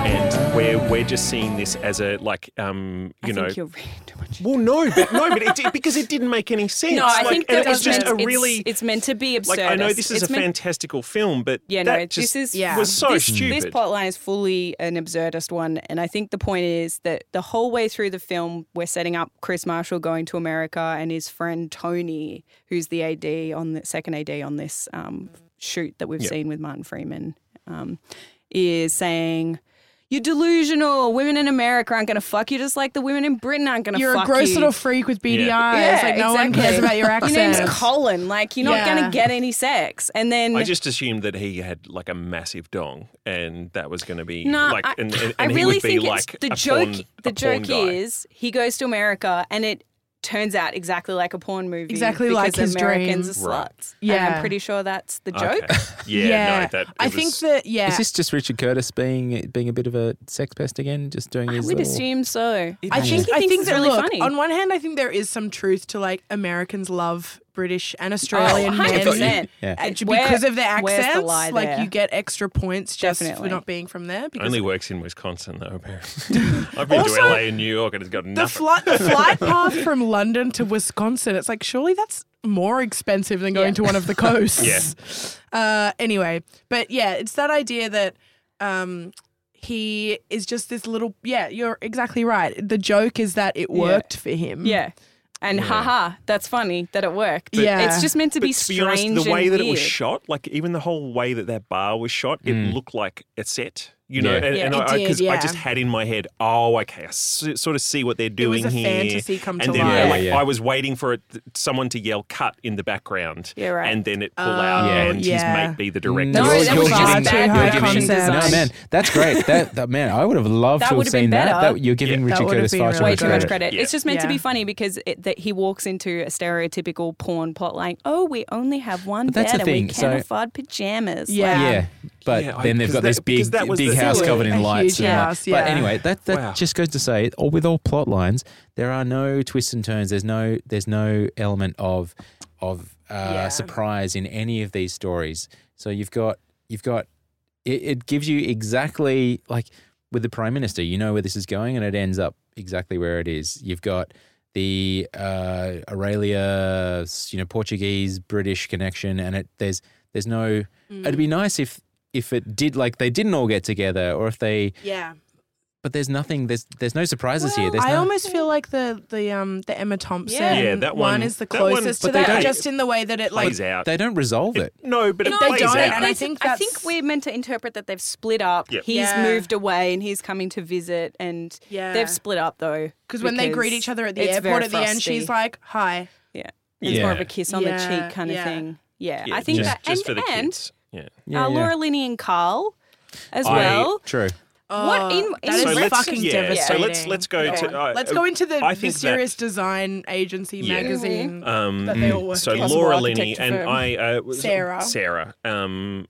Speaker 2: and we're we're just seeing this as a like um
Speaker 5: I
Speaker 2: you know
Speaker 5: think you're [laughs] reading too much.
Speaker 2: Well, no, but no, but it, because it didn't make any sense.
Speaker 5: No, I
Speaker 2: Like,
Speaker 5: think
Speaker 2: and
Speaker 5: that
Speaker 2: it was
Speaker 5: was
Speaker 2: just
Speaker 5: meant,
Speaker 2: a
Speaker 5: it's-
Speaker 2: really
Speaker 5: it's, meant to be absurd.
Speaker 2: like I know this is
Speaker 5: it's
Speaker 2: a
Speaker 5: meant,
Speaker 2: fantastical film, but
Speaker 5: Yeah,
Speaker 2: that
Speaker 5: no,
Speaker 2: just
Speaker 5: this is
Speaker 4: Yeah.
Speaker 2: was so
Speaker 5: this,
Speaker 2: stupid.
Speaker 5: This plot line is fully an absurdist one, and I think the point is that the whole way through the film, we're setting up Chris Marshall going to America and his friend Tony, who's the AD on the second AD on this um, shoot that we've seen with Martin Freeman, um, is saying. You're delusional. Women in America aren't going to fuck you, just like the women in Britain aren't going to
Speaker 4: You're
Speaker 5: fuck
Speaker 4: a gross
Speaker 5: you.
Speaker 4: little freak with beady
Speaker 2: Yeah.
Speaker 4: eyes. like no one
Speaker 5: exactly.
Speaker 4: cares about your accent.
Speaker 5: Your name's Colin. Like you're not
Speaker 4: Yeah.
Speaker 5: going to get any sex. And then
Speaker 2: I just assumed that he had like a massive dong, and that was going to be
Speaker 5: No,
Speaker 2: like,
Speaker 5: I,
Speaker 2: and, and,
Speaker 5: I
Speaker 2: and he
Speaker 5: really
Speaker 2: would be
Speaker 5: think
Speaker 2: like
Speaker 5: it's the
Speaker 2: a
Speaker 5: joke.
Speaker 2: porn-
Speaker 5: the
Speaker 2: a porn
Speaker 5: joke
Speaker 2: guy.
Speaker 5: is he goes to America and it turns out exactly like a porn movie.
Speaker 4: Exactly
Speaker 5: because
Speaker 4: like his
Speaker 5: Americans
Speaker 4: dream.
Speaker 5: are
Speaker 2: Right.
Speaker 5: sluts. and
Speaker 4: Yeah.
Speaker 5: I'm pretty sure that's the
Speaker 2: Okay.
Speaker 5: [laughs] joke.
Speaker 2: Yeah, no, that
Speaker 4: I
Speaker 2: it
Speaker 4: think
Speaker 2: was-
Speaker 4: that yeah.
Speaker 3: Is this just Richard Curtis being being a bit of a sex pest again? Just doing
Speaker 5: I
Speaker 3: these.
Speaker 5: would
Speaker 3: [laughs] little-
Speaker 5: assume so.
Speaker 4: I think
Speaker 5: he
Speaker 4: I
Speaker 5: thinks
Speaker 4: think
Speaker 5: it's
Speaker 4: that
Speaker 5: really
Speaker 4: look,
Speaker 5: funny.
Speaker 4: on one hand I think there is some truth to like Americans love British and Australian
Speaker 5: Oh,
Speaker 4: men
Speaker 5: 100%.
Speaker 3: [laughs] Yeah.
Speaker 4: and ju-
Speaker 5: Where-
Speaker 4: because of their
Speaker 5: where's the
Speaker 4: accents.
Speaker 5: lie
Speaker 4: like
Speaker 5: there?
Speaker 4: you get extra points just
Speaker 5: Definitely.
Speaker 4: for not being from there. Because
Speaker 2: Only works in Wisconsin though.
Speaker 5: [laughs]
Speaker 2: Apparently, I've been
Speaker 4: Also,
Speaker 2: to LA and New York and it's got
Speaker 4: the,
Speaker 2: nothing.
Speaker 4: fli- the
Speaker 2: [laughs]
Speaker 4: flight path from London to Wisconsin, it's like surely that's more expensive than going
Speaker 5: Yeah.
Speaker 4: to one of the coasts.
Speaker 2: Yeah.
Speaker 4: [laughs] Uh, anyway, but yeah, it's that idea that um, he is just this little. Yeah, you're exactly right. The joke is that it
Speaker 5: Yeah.
Speaker 4: worked for him.
Speaker 5: Yeah. And haha, that's funny that it worked.
Speaker 4: But- Yeah.
Speaker 5: It's just meant to
Speaker 2: But
Speaker 5: be
Speaker 2: to
Speaker 5: strange.
Speaker 2: be honest, the way
Speaker 5: and
Speaker 2: that it was
Speaker 5: weird.
Speaker 2: shot, like even the whole way that that bar was shot, it looked like a set. You know,
Speaker 3: Mm. Yeah.
Speaker 2: and,
Speaker 4: Yeah,
Speaker 2: and
Speaker 4: it
Speaker 2: I, I-
Speaker 4: did,
Speaker 2: 'cause I
Speaker 4: yeah.
Speaker 2: just had in my head, oh, okay, I s- sort of see what they're
Speaker 4: was
Speaker 2: doing
Speaker 4: a
Speaker 2: here.
Speaker 4: fantasy come to
Speaker 2: and then
Speaker 4: life.
Speaker 2: uh,
Speaker 3: Yeah,
Speaker 2: like,
Speaker 3: yeah.
Speaker 2: I was waiting for it, someone to yell "cut" in the background,
Speaker 5: Yeah, right.
Speaker 2: and then it pull out,
Speaker 3: Yeah.
Speaker 2: and
Speaker 4: yeah.
Speaker 2: his mate be the director.
Speaker 5: No,
Speaker 3: you're,
Speaker 5: that
Speaker 3: you're
Speaker 5: was far
Speaker 3: giving,
Speaker 5: too
Speaker 3: you're
Speaker 5: high
Speaker 3: giving-
Speaker 5: concept.
Speaker 3: No, man, that's great. That, that man, I would have loved
Speaker 5: That
Speaker 3: to have
Speaker 5: would've
Speaker 3: seen
Speaker 5: been
Speaker 3: that.
Speaker 5: better.
Speaker 3: that. You're giving
Speaker 4: Yeah. That
Speaker 3: Richard
Speaker 4: would've
Speaker 3: Curtis
Speaker 4: been
Speaker 3: far
Speaker 4: really
Speaker 3: too
Speaker 5: way
Speaker 4: much
Speaker 5: too much
Speaker 4: credit.
Speaker 5: credit. It's
Speaker 2: Yeah.
Speaker 5: just meant to
Speaker 4: Yeah.
Speaker 5: be funny because it, that he walks into a stereotypical porn plot like, oh, we only have one
Speaker 3: But that's
Speaker 5: bed and we
Speaker 3: the thing, so-
Speaker 5: camouflage pajamas.
Speaker 4: Yeah.
Speaker 5: Like,
Speaker 3: Yeah. But
Speaker 2: Yeah, I-
Speaker 3: then they've
Speaker 2: 'cause
Speaker 3: got
Speaker 2: that-
Speaker 3: this big,
Speaker 2: because that was
Speaker 3: big
Speaker 2: the
Speaker 3: house
Speaker 2: thing.
Speaker 3: covered
Speaker 4: A
Speaker 3: in lights.
Speaker 4: huge
Speaker 3: and all
Speaker 4: house,
Speaker 3: that. But
Speaker 4: yeah.
Speaker 3: anyway, that, that
Speaker 2: Wow.
Speaker 3: just goes to say, all with all plot lines, there are no twists and turns. There's no there's no element of of uh,
Speaker 4: Yeah.
Speaker 3: surprise in any of these stories. So you've got you've got it, it gives you exactly like with the prime minister, you know where this is going, and it ends up exactly where it is. You've got the uh, Aurelia, you know, Portuguese British connection, and it there's there's no. It'd be nice if if it did like they didn't all get together, or if they.
Speaker 4: Yeah.
Speaker 3: But there's nothing. There's there's no surprises here. There's
Speaker 4: I
Speaker 3: no,
Speaker 4: almost feel like the the um the Emma Thompson
Speaker 2: Yeah, that one-
Speaker 4: is the
Speaker 2: that one-
Speaker 4: closest
Speaker 2: but
Speaker 4: to
Speaker 2: they
Speaker 4: that,
Speaker 2: don't-
Speaker 4: just in the way that it like
Speaker 2: plays out.
Speaker 3: they don't resolve
Speaker 5: Uh,
Speaker 3: it.
Speaker 2: no, but it
Speaker 4: No,
Speaker 2: plays
Speaker 4: they don't,
Speaker 2: out.
Speaker 4: and I think
Speaker 5: I
Speaker 4: that's-
Speaker 5: think we're meant to interpret that they've split up.
Speaker 2: Yep.
Speaker 5: He's
Speaker 4: Yeah.
Speaker 5: moved away and he's coming to visit, and
Speaker 4: Yeah.
Speaker 5: they've split up though.
Speaker 4: because when they greet each other at the
Speaker 5: it's
Speaker 4: airport
Speaker 5: very
Speaker 4: at the end,
Speaker 5: frosty.
Speaker 4: she's like, "Hi."
Speaker 5: yeah, it's more of a kiss on the
Speaker 4: Yeah,
Speaker 5: cheek kind
Speaker 4: yeah.
Speaker 5: of thing. Yeah,
Speaker 2: Yeah,
Speaker 5: I think
Speaker 2: just,
Speaker 5: that and
Speaker 2: just for the
Speaker 5: and
Speaker 2: kids. Yeah.
Speaker 3: Yeah,
Speaker 5: uh,
Speaker 3: yeah.
Speaker 5: Laura Linney and Carl as
Speaker 2: I-
Speaker 5: well.
Speaker 3: True.
Speaker 5: What in-
Speaker 4: Uh, that
Speaker 5: in
Speaker 4: is
Speaker 5: So let's-
Speaker 4: fucking
Speaker 2: yeah,
Speaker 4: devastating.
Speaker 2: So let's let's go to uh,
Speaker 4: let's go into the
Speaker 2: I think that-
Speaker 4: mysterious design agency
Speaker 2: Yeah.
Speaker 4: magazine.
Speaker 2: um,
Speaker 4: that they all work
Speaker 2: so
Speaker 4: in.
Speaker 2: Laura
Speaker 5: Possible
Speaker 2: Linney
Speaker 5: architecture
Speaker 2: and
Speaker 5: firm.
Speaker 2: I uh, was-
Speaker 4: Sarah.
Speaker 2: Sarah um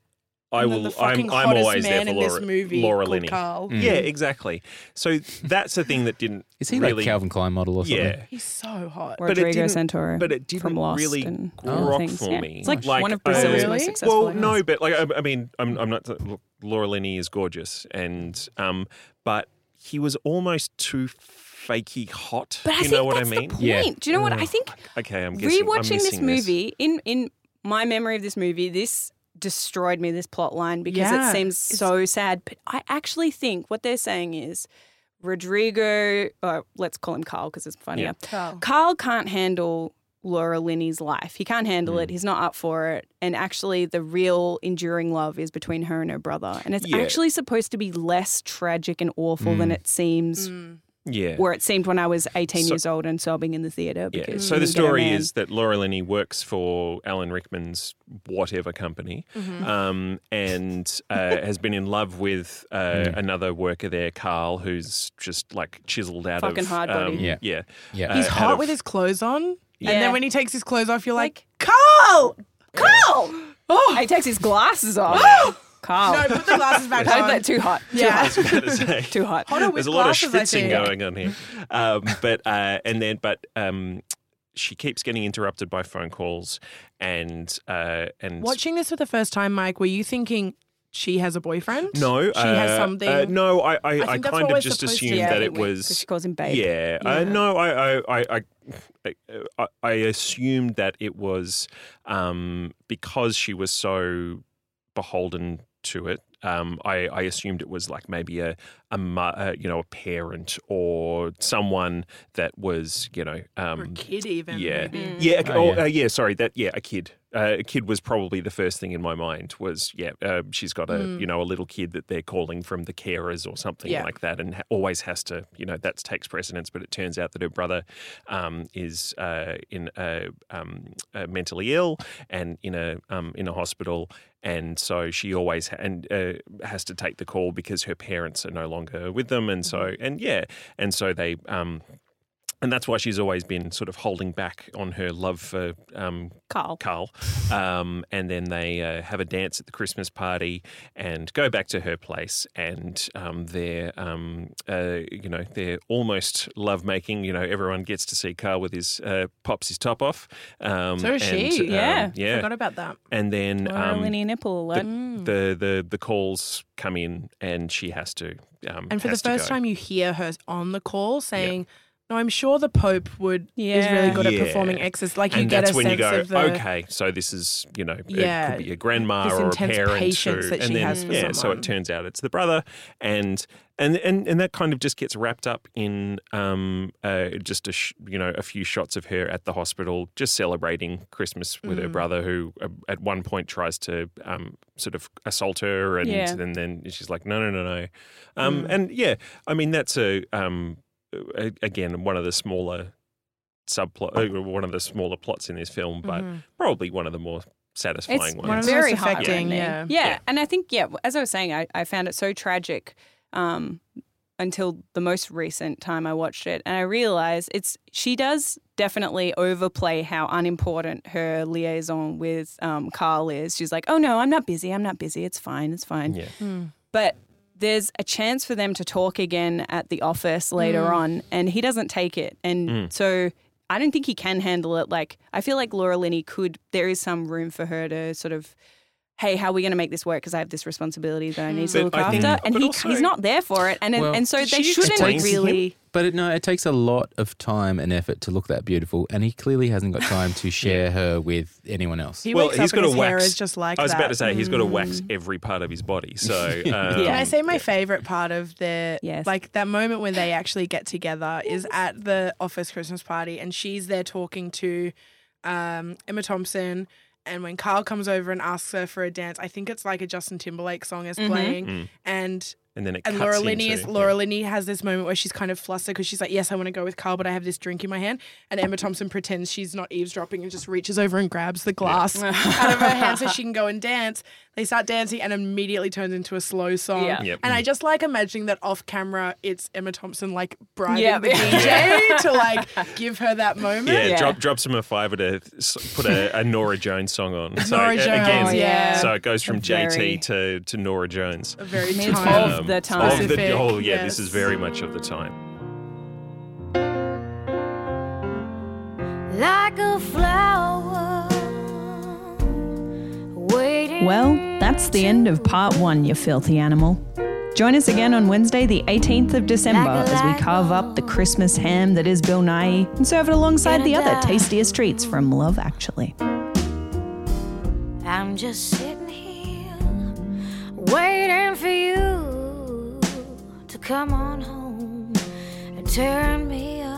Speaker 2: I
Speaker 4: And then
Speaker 2: will
Speaker 4: the
Speaker 2: I'm
Speaker 4: fucking
Speaker 2: I'm
Speaker 4: hottest
Speaker 2: always there
Speaker 4: man
Speaker 2: for
Speaker 4: in
Speaker 2: Laura,
Speaker 4: this movie
Speaker 2: Laura
Speaker 4: called
Speaker 2: Linney Mm.
Speaker 4: Carl.
Speaker 2: yeah exactly so that's the thing that didn't
Speaker 3: Mm. [laughs] Is he
Speaker 2: really
Speaker 3: like Calvin Klein model or something?
Speaker 2: yeah
Speaker 4: He's so hot.
Speaker 2: But it
Speaker 5: Rodrigo
Speaker 2: didn't-
Speaker 5: Santoro.
Speaker 2: but it didn't
Speaker 5: from Lost
Speaker 2: really
Speaker 5: and
Speaker 2: grok
Speaker 5: things.
Speaker 2: for
Speaker 5: Yeah.
Speaker 2: me.
Speaker 5: It's like,
Speaker 2: Like,
Speaker 5: one of
Speaker 2: I-
Speaker 5: Brazil's
Speaker 4: Really?
Speaker 5: most successful.
Speaker 2: well
Speaker 5: actors.
Speaker 2: no but like I, I mean I'm I'm not look, Laura Linney is gorgeous and um but he was almost too fakey hot
Speaker 5: But I
Speaker 2: you
Speaker 5: think
Speaker 2: know what
Speaker 5: that's
Speaker 2: I mean Mm.
Speaker 5: the point.
Speaker 3: Yeah.
Speaker 5: Do you know what I think?
Speaker 2: okay I'm guessing, I'm
Speaker 5: Rewatching this
Speaker 2: missing this
Speaker 5: movie in in my memory of this movie, this destroyed me. This plot line because
Speaker 4: Yeah.
Speaker 5: it seems
Speaker 4: It's-
Speaker 5: so sad. But I actually think what they're saying is Rodrigo, or let's call him Carl because it's funnier.
Speaker 4: Carl.
Speaker 5: Carl can't handle Laura Linney's life. He can't handle
Speaker 2: Mm.
Speaker 5: it. He's not up for it. And actually, the real enduring love is between her and her brother. And it's
Speaker 2: Yeah.
Speaker 5: actually supposed to be less tragic and awful than it seems
Speaker 2: yeah
Speaker 5: where it seemed when I was 18
Speaker 2: So-
Speaker 5: years old and sobbing in the theatre.
Speaker 2: Yeah.
Speaker 5: Because
Speaker 2: So
Speaker 5: she
Speaker 2: the
Speaker 5: didn't get her
Speaker 2: story
Speaker 5: man.
Speaker 2: is that Laura Linney works for Alan Rickman's whatever company,
Speaker 4: Mm-hmm.
Speaker 2: um, and uh, has been in love with uh, another worker there, Carl, who's just like chiseled out
Speaker 5: Fucking
Speaker 2: of
Speaker 5: hard body.
Speaker 2: yeah,
Speaker 3: Yeah.
Speaker 2: yeah. Uh,
Speaker 3: Yeah.
Speaker 4: He's
Speaker 2: out
Speaker 4: hot
Speaker 2: of-
Speaker 4: with his clothes on, and
Speaker 5: Yeah.
Speaker 4: then when he takes his clothes off, you're like, "Carl."
Speaker 5: Carl!
Speaker 4: Oh.
Speaker 5: He takes his glasses [gasps] off. Carl.
Speaker 4: [laughs] No, put the glasses back
Speaker 5: Don't-
Speaker 4: on.
Speaker 5: that- too hot. Too
Speaker 4: Yeah.
Speaker 5: hot.
Speaker 2: [laughs] I
Speaker 4: [laughs]
Speaker 2: was about to say.
Speaker 5: Too hot.
Speaker 4: Hotter with
Speaker 2: There's a lot of
Speaker 4: glasses, I
Speaker 2: schwitzing
Speaker 4: think.
Speaker 2: going on here. Um, but uh, and then but um, she keeps getting interrupted by phone calls and uh, and
Speaker 4: Watching this for the first time, Mike, were you thinking she has a boyfriend?
Speaker 2: No,
Speaker 4: she has
Speaker 2: uh,
Speaker 4: something.
Speaker 2: uh, no, I, I, I,
Speaker 4: that's what
Speaker 2: kind
Speaker 4: we're
Speaker 2: of just
Speaker 4: supposed to
Speaker 2: assumed
Speaker 4: do,
Speaker 2: that
Speaker 4: I
Speaker 2: it
Speaker 4: think we-
Speaker 2: was.
Speaker 5: 'Cause she calls him babe.
Speaker 2: Yeah, Uh, no, I, I, I, I- I, I assumed that it was um, because she was so beholden to it. Um, I, I assumed it was like maybe a, a mu- uh, you know a parent or someone that was you know
Speaker 4: or a
Speaker 2: um,
Speaker 4: kid even.
Speaker 2: yeah,
Speaker 4: maybe.
Speaker 2: yeah,
Speaker 3: Oh,
Speaker 2: oh,
Speaker 3: yeah.
Speaker 2: Uh, yeah. Sorry, that yeah, a kid. Uh, a kid was probably the first thing in my mind. Was yeah, uh, she's got a you know a little kid that they're calling from the carers or something
Speaker 4: Yeah.
Speaker 2: like that, and ha- always has to you know that takes precedence. But it turns out that her brother um, is uh, in a, um, uh, mentally ill and in a um, in a hospital. And so she always ha- and uh, has to take the call because her parents are no longer with them, and so and yeah, and so they um, and that's why she's always been sort of holding back on her love for um,
Speaker 5: Carl.
Speaker 2: Carl. Um, and then they uh, have a dance at the Christmas party and go back to her place, and um, they're um, uh, you know they're almost lovemaking. You know, everyone gets to see Carl with his uh, pops his top off. Um,
Speaker 4: So is she.
Speaker 2: and, um,
Speaker 5: Yeah.
Speaker 2: yeah.
Speaker 4: Forgot about Mm. that.
Speaker 2: and then
Speaker 5: Or a
Speaker 2: um,
Speaker 5: linear nipple
Speaker 2: the,
Speaker 5: alert.
Speaker 2: the the the calls come in, and she has to. Um,
Speaker 4: And for the
Speaker 2: has to
Speaker 4: first
Speaker 2: go.
Speaker 4: time, you hear her on the call saying, "No, I'm sure the Pope would is
Speaker 5: Yeah.
Speaker 4: really good
Speaker 2: Yeah.
Speaker 4: at performing exes." Like you
Speaker 2: and
Speaker 4: get
Speaker 2: that's
Speaker 4: a
Speaker 2: when
Speaker 4: sense
Speaker 2: you go,
Speaker 4: of the
Speaker 2: okay, so this is you know, it
Speaker 4: Yeah,
Speaker 2: could be a grandma
Speaker 4: this
Speaker 2: or a
Speaker 4: intense
Speaker 2: parent
Speaker 4: patience
Speaker 2: who-
Speaker 4: that
Speaker 2: and
Speaker 4: she
Speaker 2: then,
Speaker 4: has for
Speaker 2: yeah, so
Speaker 4: someone.
Speaker 2: it turns out it's the brother, and and and and that kind of just gets wrapped up in um uh, just a sh- you know a few shots of her at the hospital, just celebrating Christmas with
Speaker 4: Mm.
Speaker 2: her brother, who uh, at one point tries to um sort of assault her, and
Speaker 5: Yeah.
Speaker 2: then then she's like, no, no, no, no,
Speaker 4: Mm.
Speaker 2: um and yeah, I mean that's a um a- again one of the smaller subplot, uh, one of the smaller plots in this film, but probably one of the more satisfying
Speaker 5: It's
Speaker 2: ones.
Speaker 4: Mm-hmm. one of the
Speaker 5: very
Speaker 4: most affecting,
Speaker 5: heartbreaking.
Speaker 4: yeah.
Speaker 5: Yeah.
Speaker 2: Yeah.
Speaker 5: and I think yeah, as I was saying, I, I found it so tragic um, until the most recent time I watched it, and I realized it's she does definitely overplay how unimportant her liaison with um, Carl is. She's like, "Oh no, I'm not busy. I'm not busy. It's fine. It's fine."
Speaker 2: Yeah.
Speaker 4: Mm.
Speaker 5: But there's a chance for them to talk again at the office later on, and he doesn't take it. And
Speaker 2: Mm.
Speaker 5: so I don't think he can handle it. Like, I feel like Laura Linney could, there is some room for her to sort of, hey, how are we going to make this work? Because I have this responsibility that I need to
Speaker 2: But
Speaker 5: look
Speaker 2: I
Speaker 5: after.
Speaker 2: think-
Speaker 5: and
Speaker 2: but
Speaker 5: he,
Speaker 2: also-
Speaker 5: he's not there for it. And,
Speaker 3: Well,
Speaker 5: and so
Speaker 2: did
Speaker 5: they
Speaker 2: she
Speaker 5: shouldn't
Speaker 2: explain to him?
Speaker 5: really.
Speaker 3: But it, no, it takes a lot of time and effort to look that beautiful, and he clearly hasn't got
Speaker 2: [laughs]
Speaker 3: time to share her with anyone else.
Speaker 4: He
Speaker 2: well,
Speaker 4: wakes
Speaker 2: he's
Speaker 4: up
Speaker 2: got
Speaker 4: and
Speaker 2: to
Speaker 4: his hair
Speaker 2: wax.
Speaker 4: is just like
Speaker 2: I was
Speaker 4: that.
Speaker 2: about to say he's got to wax
Speaker 4: Mm.
Speaker 2: every part of his
Speaker 4: [laughs]
Speaker 2: body. So um,
Speaker 4: Can I say my favorite part of the
Speaker 5: Yes.
Speaker 4: like that moment when they actually get together is at the office Christmas party and she's there talking to um, Emma Thompson and when Carl comes over and asks her for a dance, I think it's like a Justin Timberlake song is playing
Speaker 2: Mm.
Speaker 4: and
Speaker 2: and then it
Speaker 4: and
Speaker 2: cuts
Speaker 4: Laura Linney is
Speaker 2: into-
Speaker 4: Laura Linney has this moment where she's kind of flustered because she's like, "Yes, I want to go with Carl, but I have this drink in my hand." And Emma Thompson pretends she's not eavesdropping and just reaches over and grabs the glass out of her hand so she can go and dance. They start dancing and immediately turns into a slow song.
Speaker 5: Yeah.
Speaker 2: Yep.
Speaker 4: And I just like imagining that off camera, it's Emma Thompson like bribing
Speaker 5: Yeah.
Speaker 4: the DJ to like give her that moment.
Speaker 2: Yeah,
Speaker 5: Yeah.
Speaker 2: Drop, drops him a fiver to s- put a, a Nora Jones song on. So
Speaker 4: Nora
Speaker 2: a-
Speaker 4: Jones,
Speaker 2: again,
Speaker 4: yeah.
Speaker 2: so it goes from
Speaker 5: Very-
Speaker 2: JT to, to Nora Jones. Um,
Speaker 4: A very
Speaker 5: It's
Speaker 4: time.
Speaker 5: Of the
Speaker 2: Of the-
Speaker 4: Specific,
Speaker 2: oh, yeah, this is
Speaker 4: yes.
Speaker 2: very much of the time.
Speaker 6: Like a flower waiting.
Speaker 1: Well, that's the end of part one, you filthy animal. Join us again on Wednesday, the 18th of December, as we carve up the Christmas ham that is Bill Nye and serve it alongside the other tastiest treats from Love Actually.
Speaker 6: I'm just sitting here waiting for you to come on home and turn me up.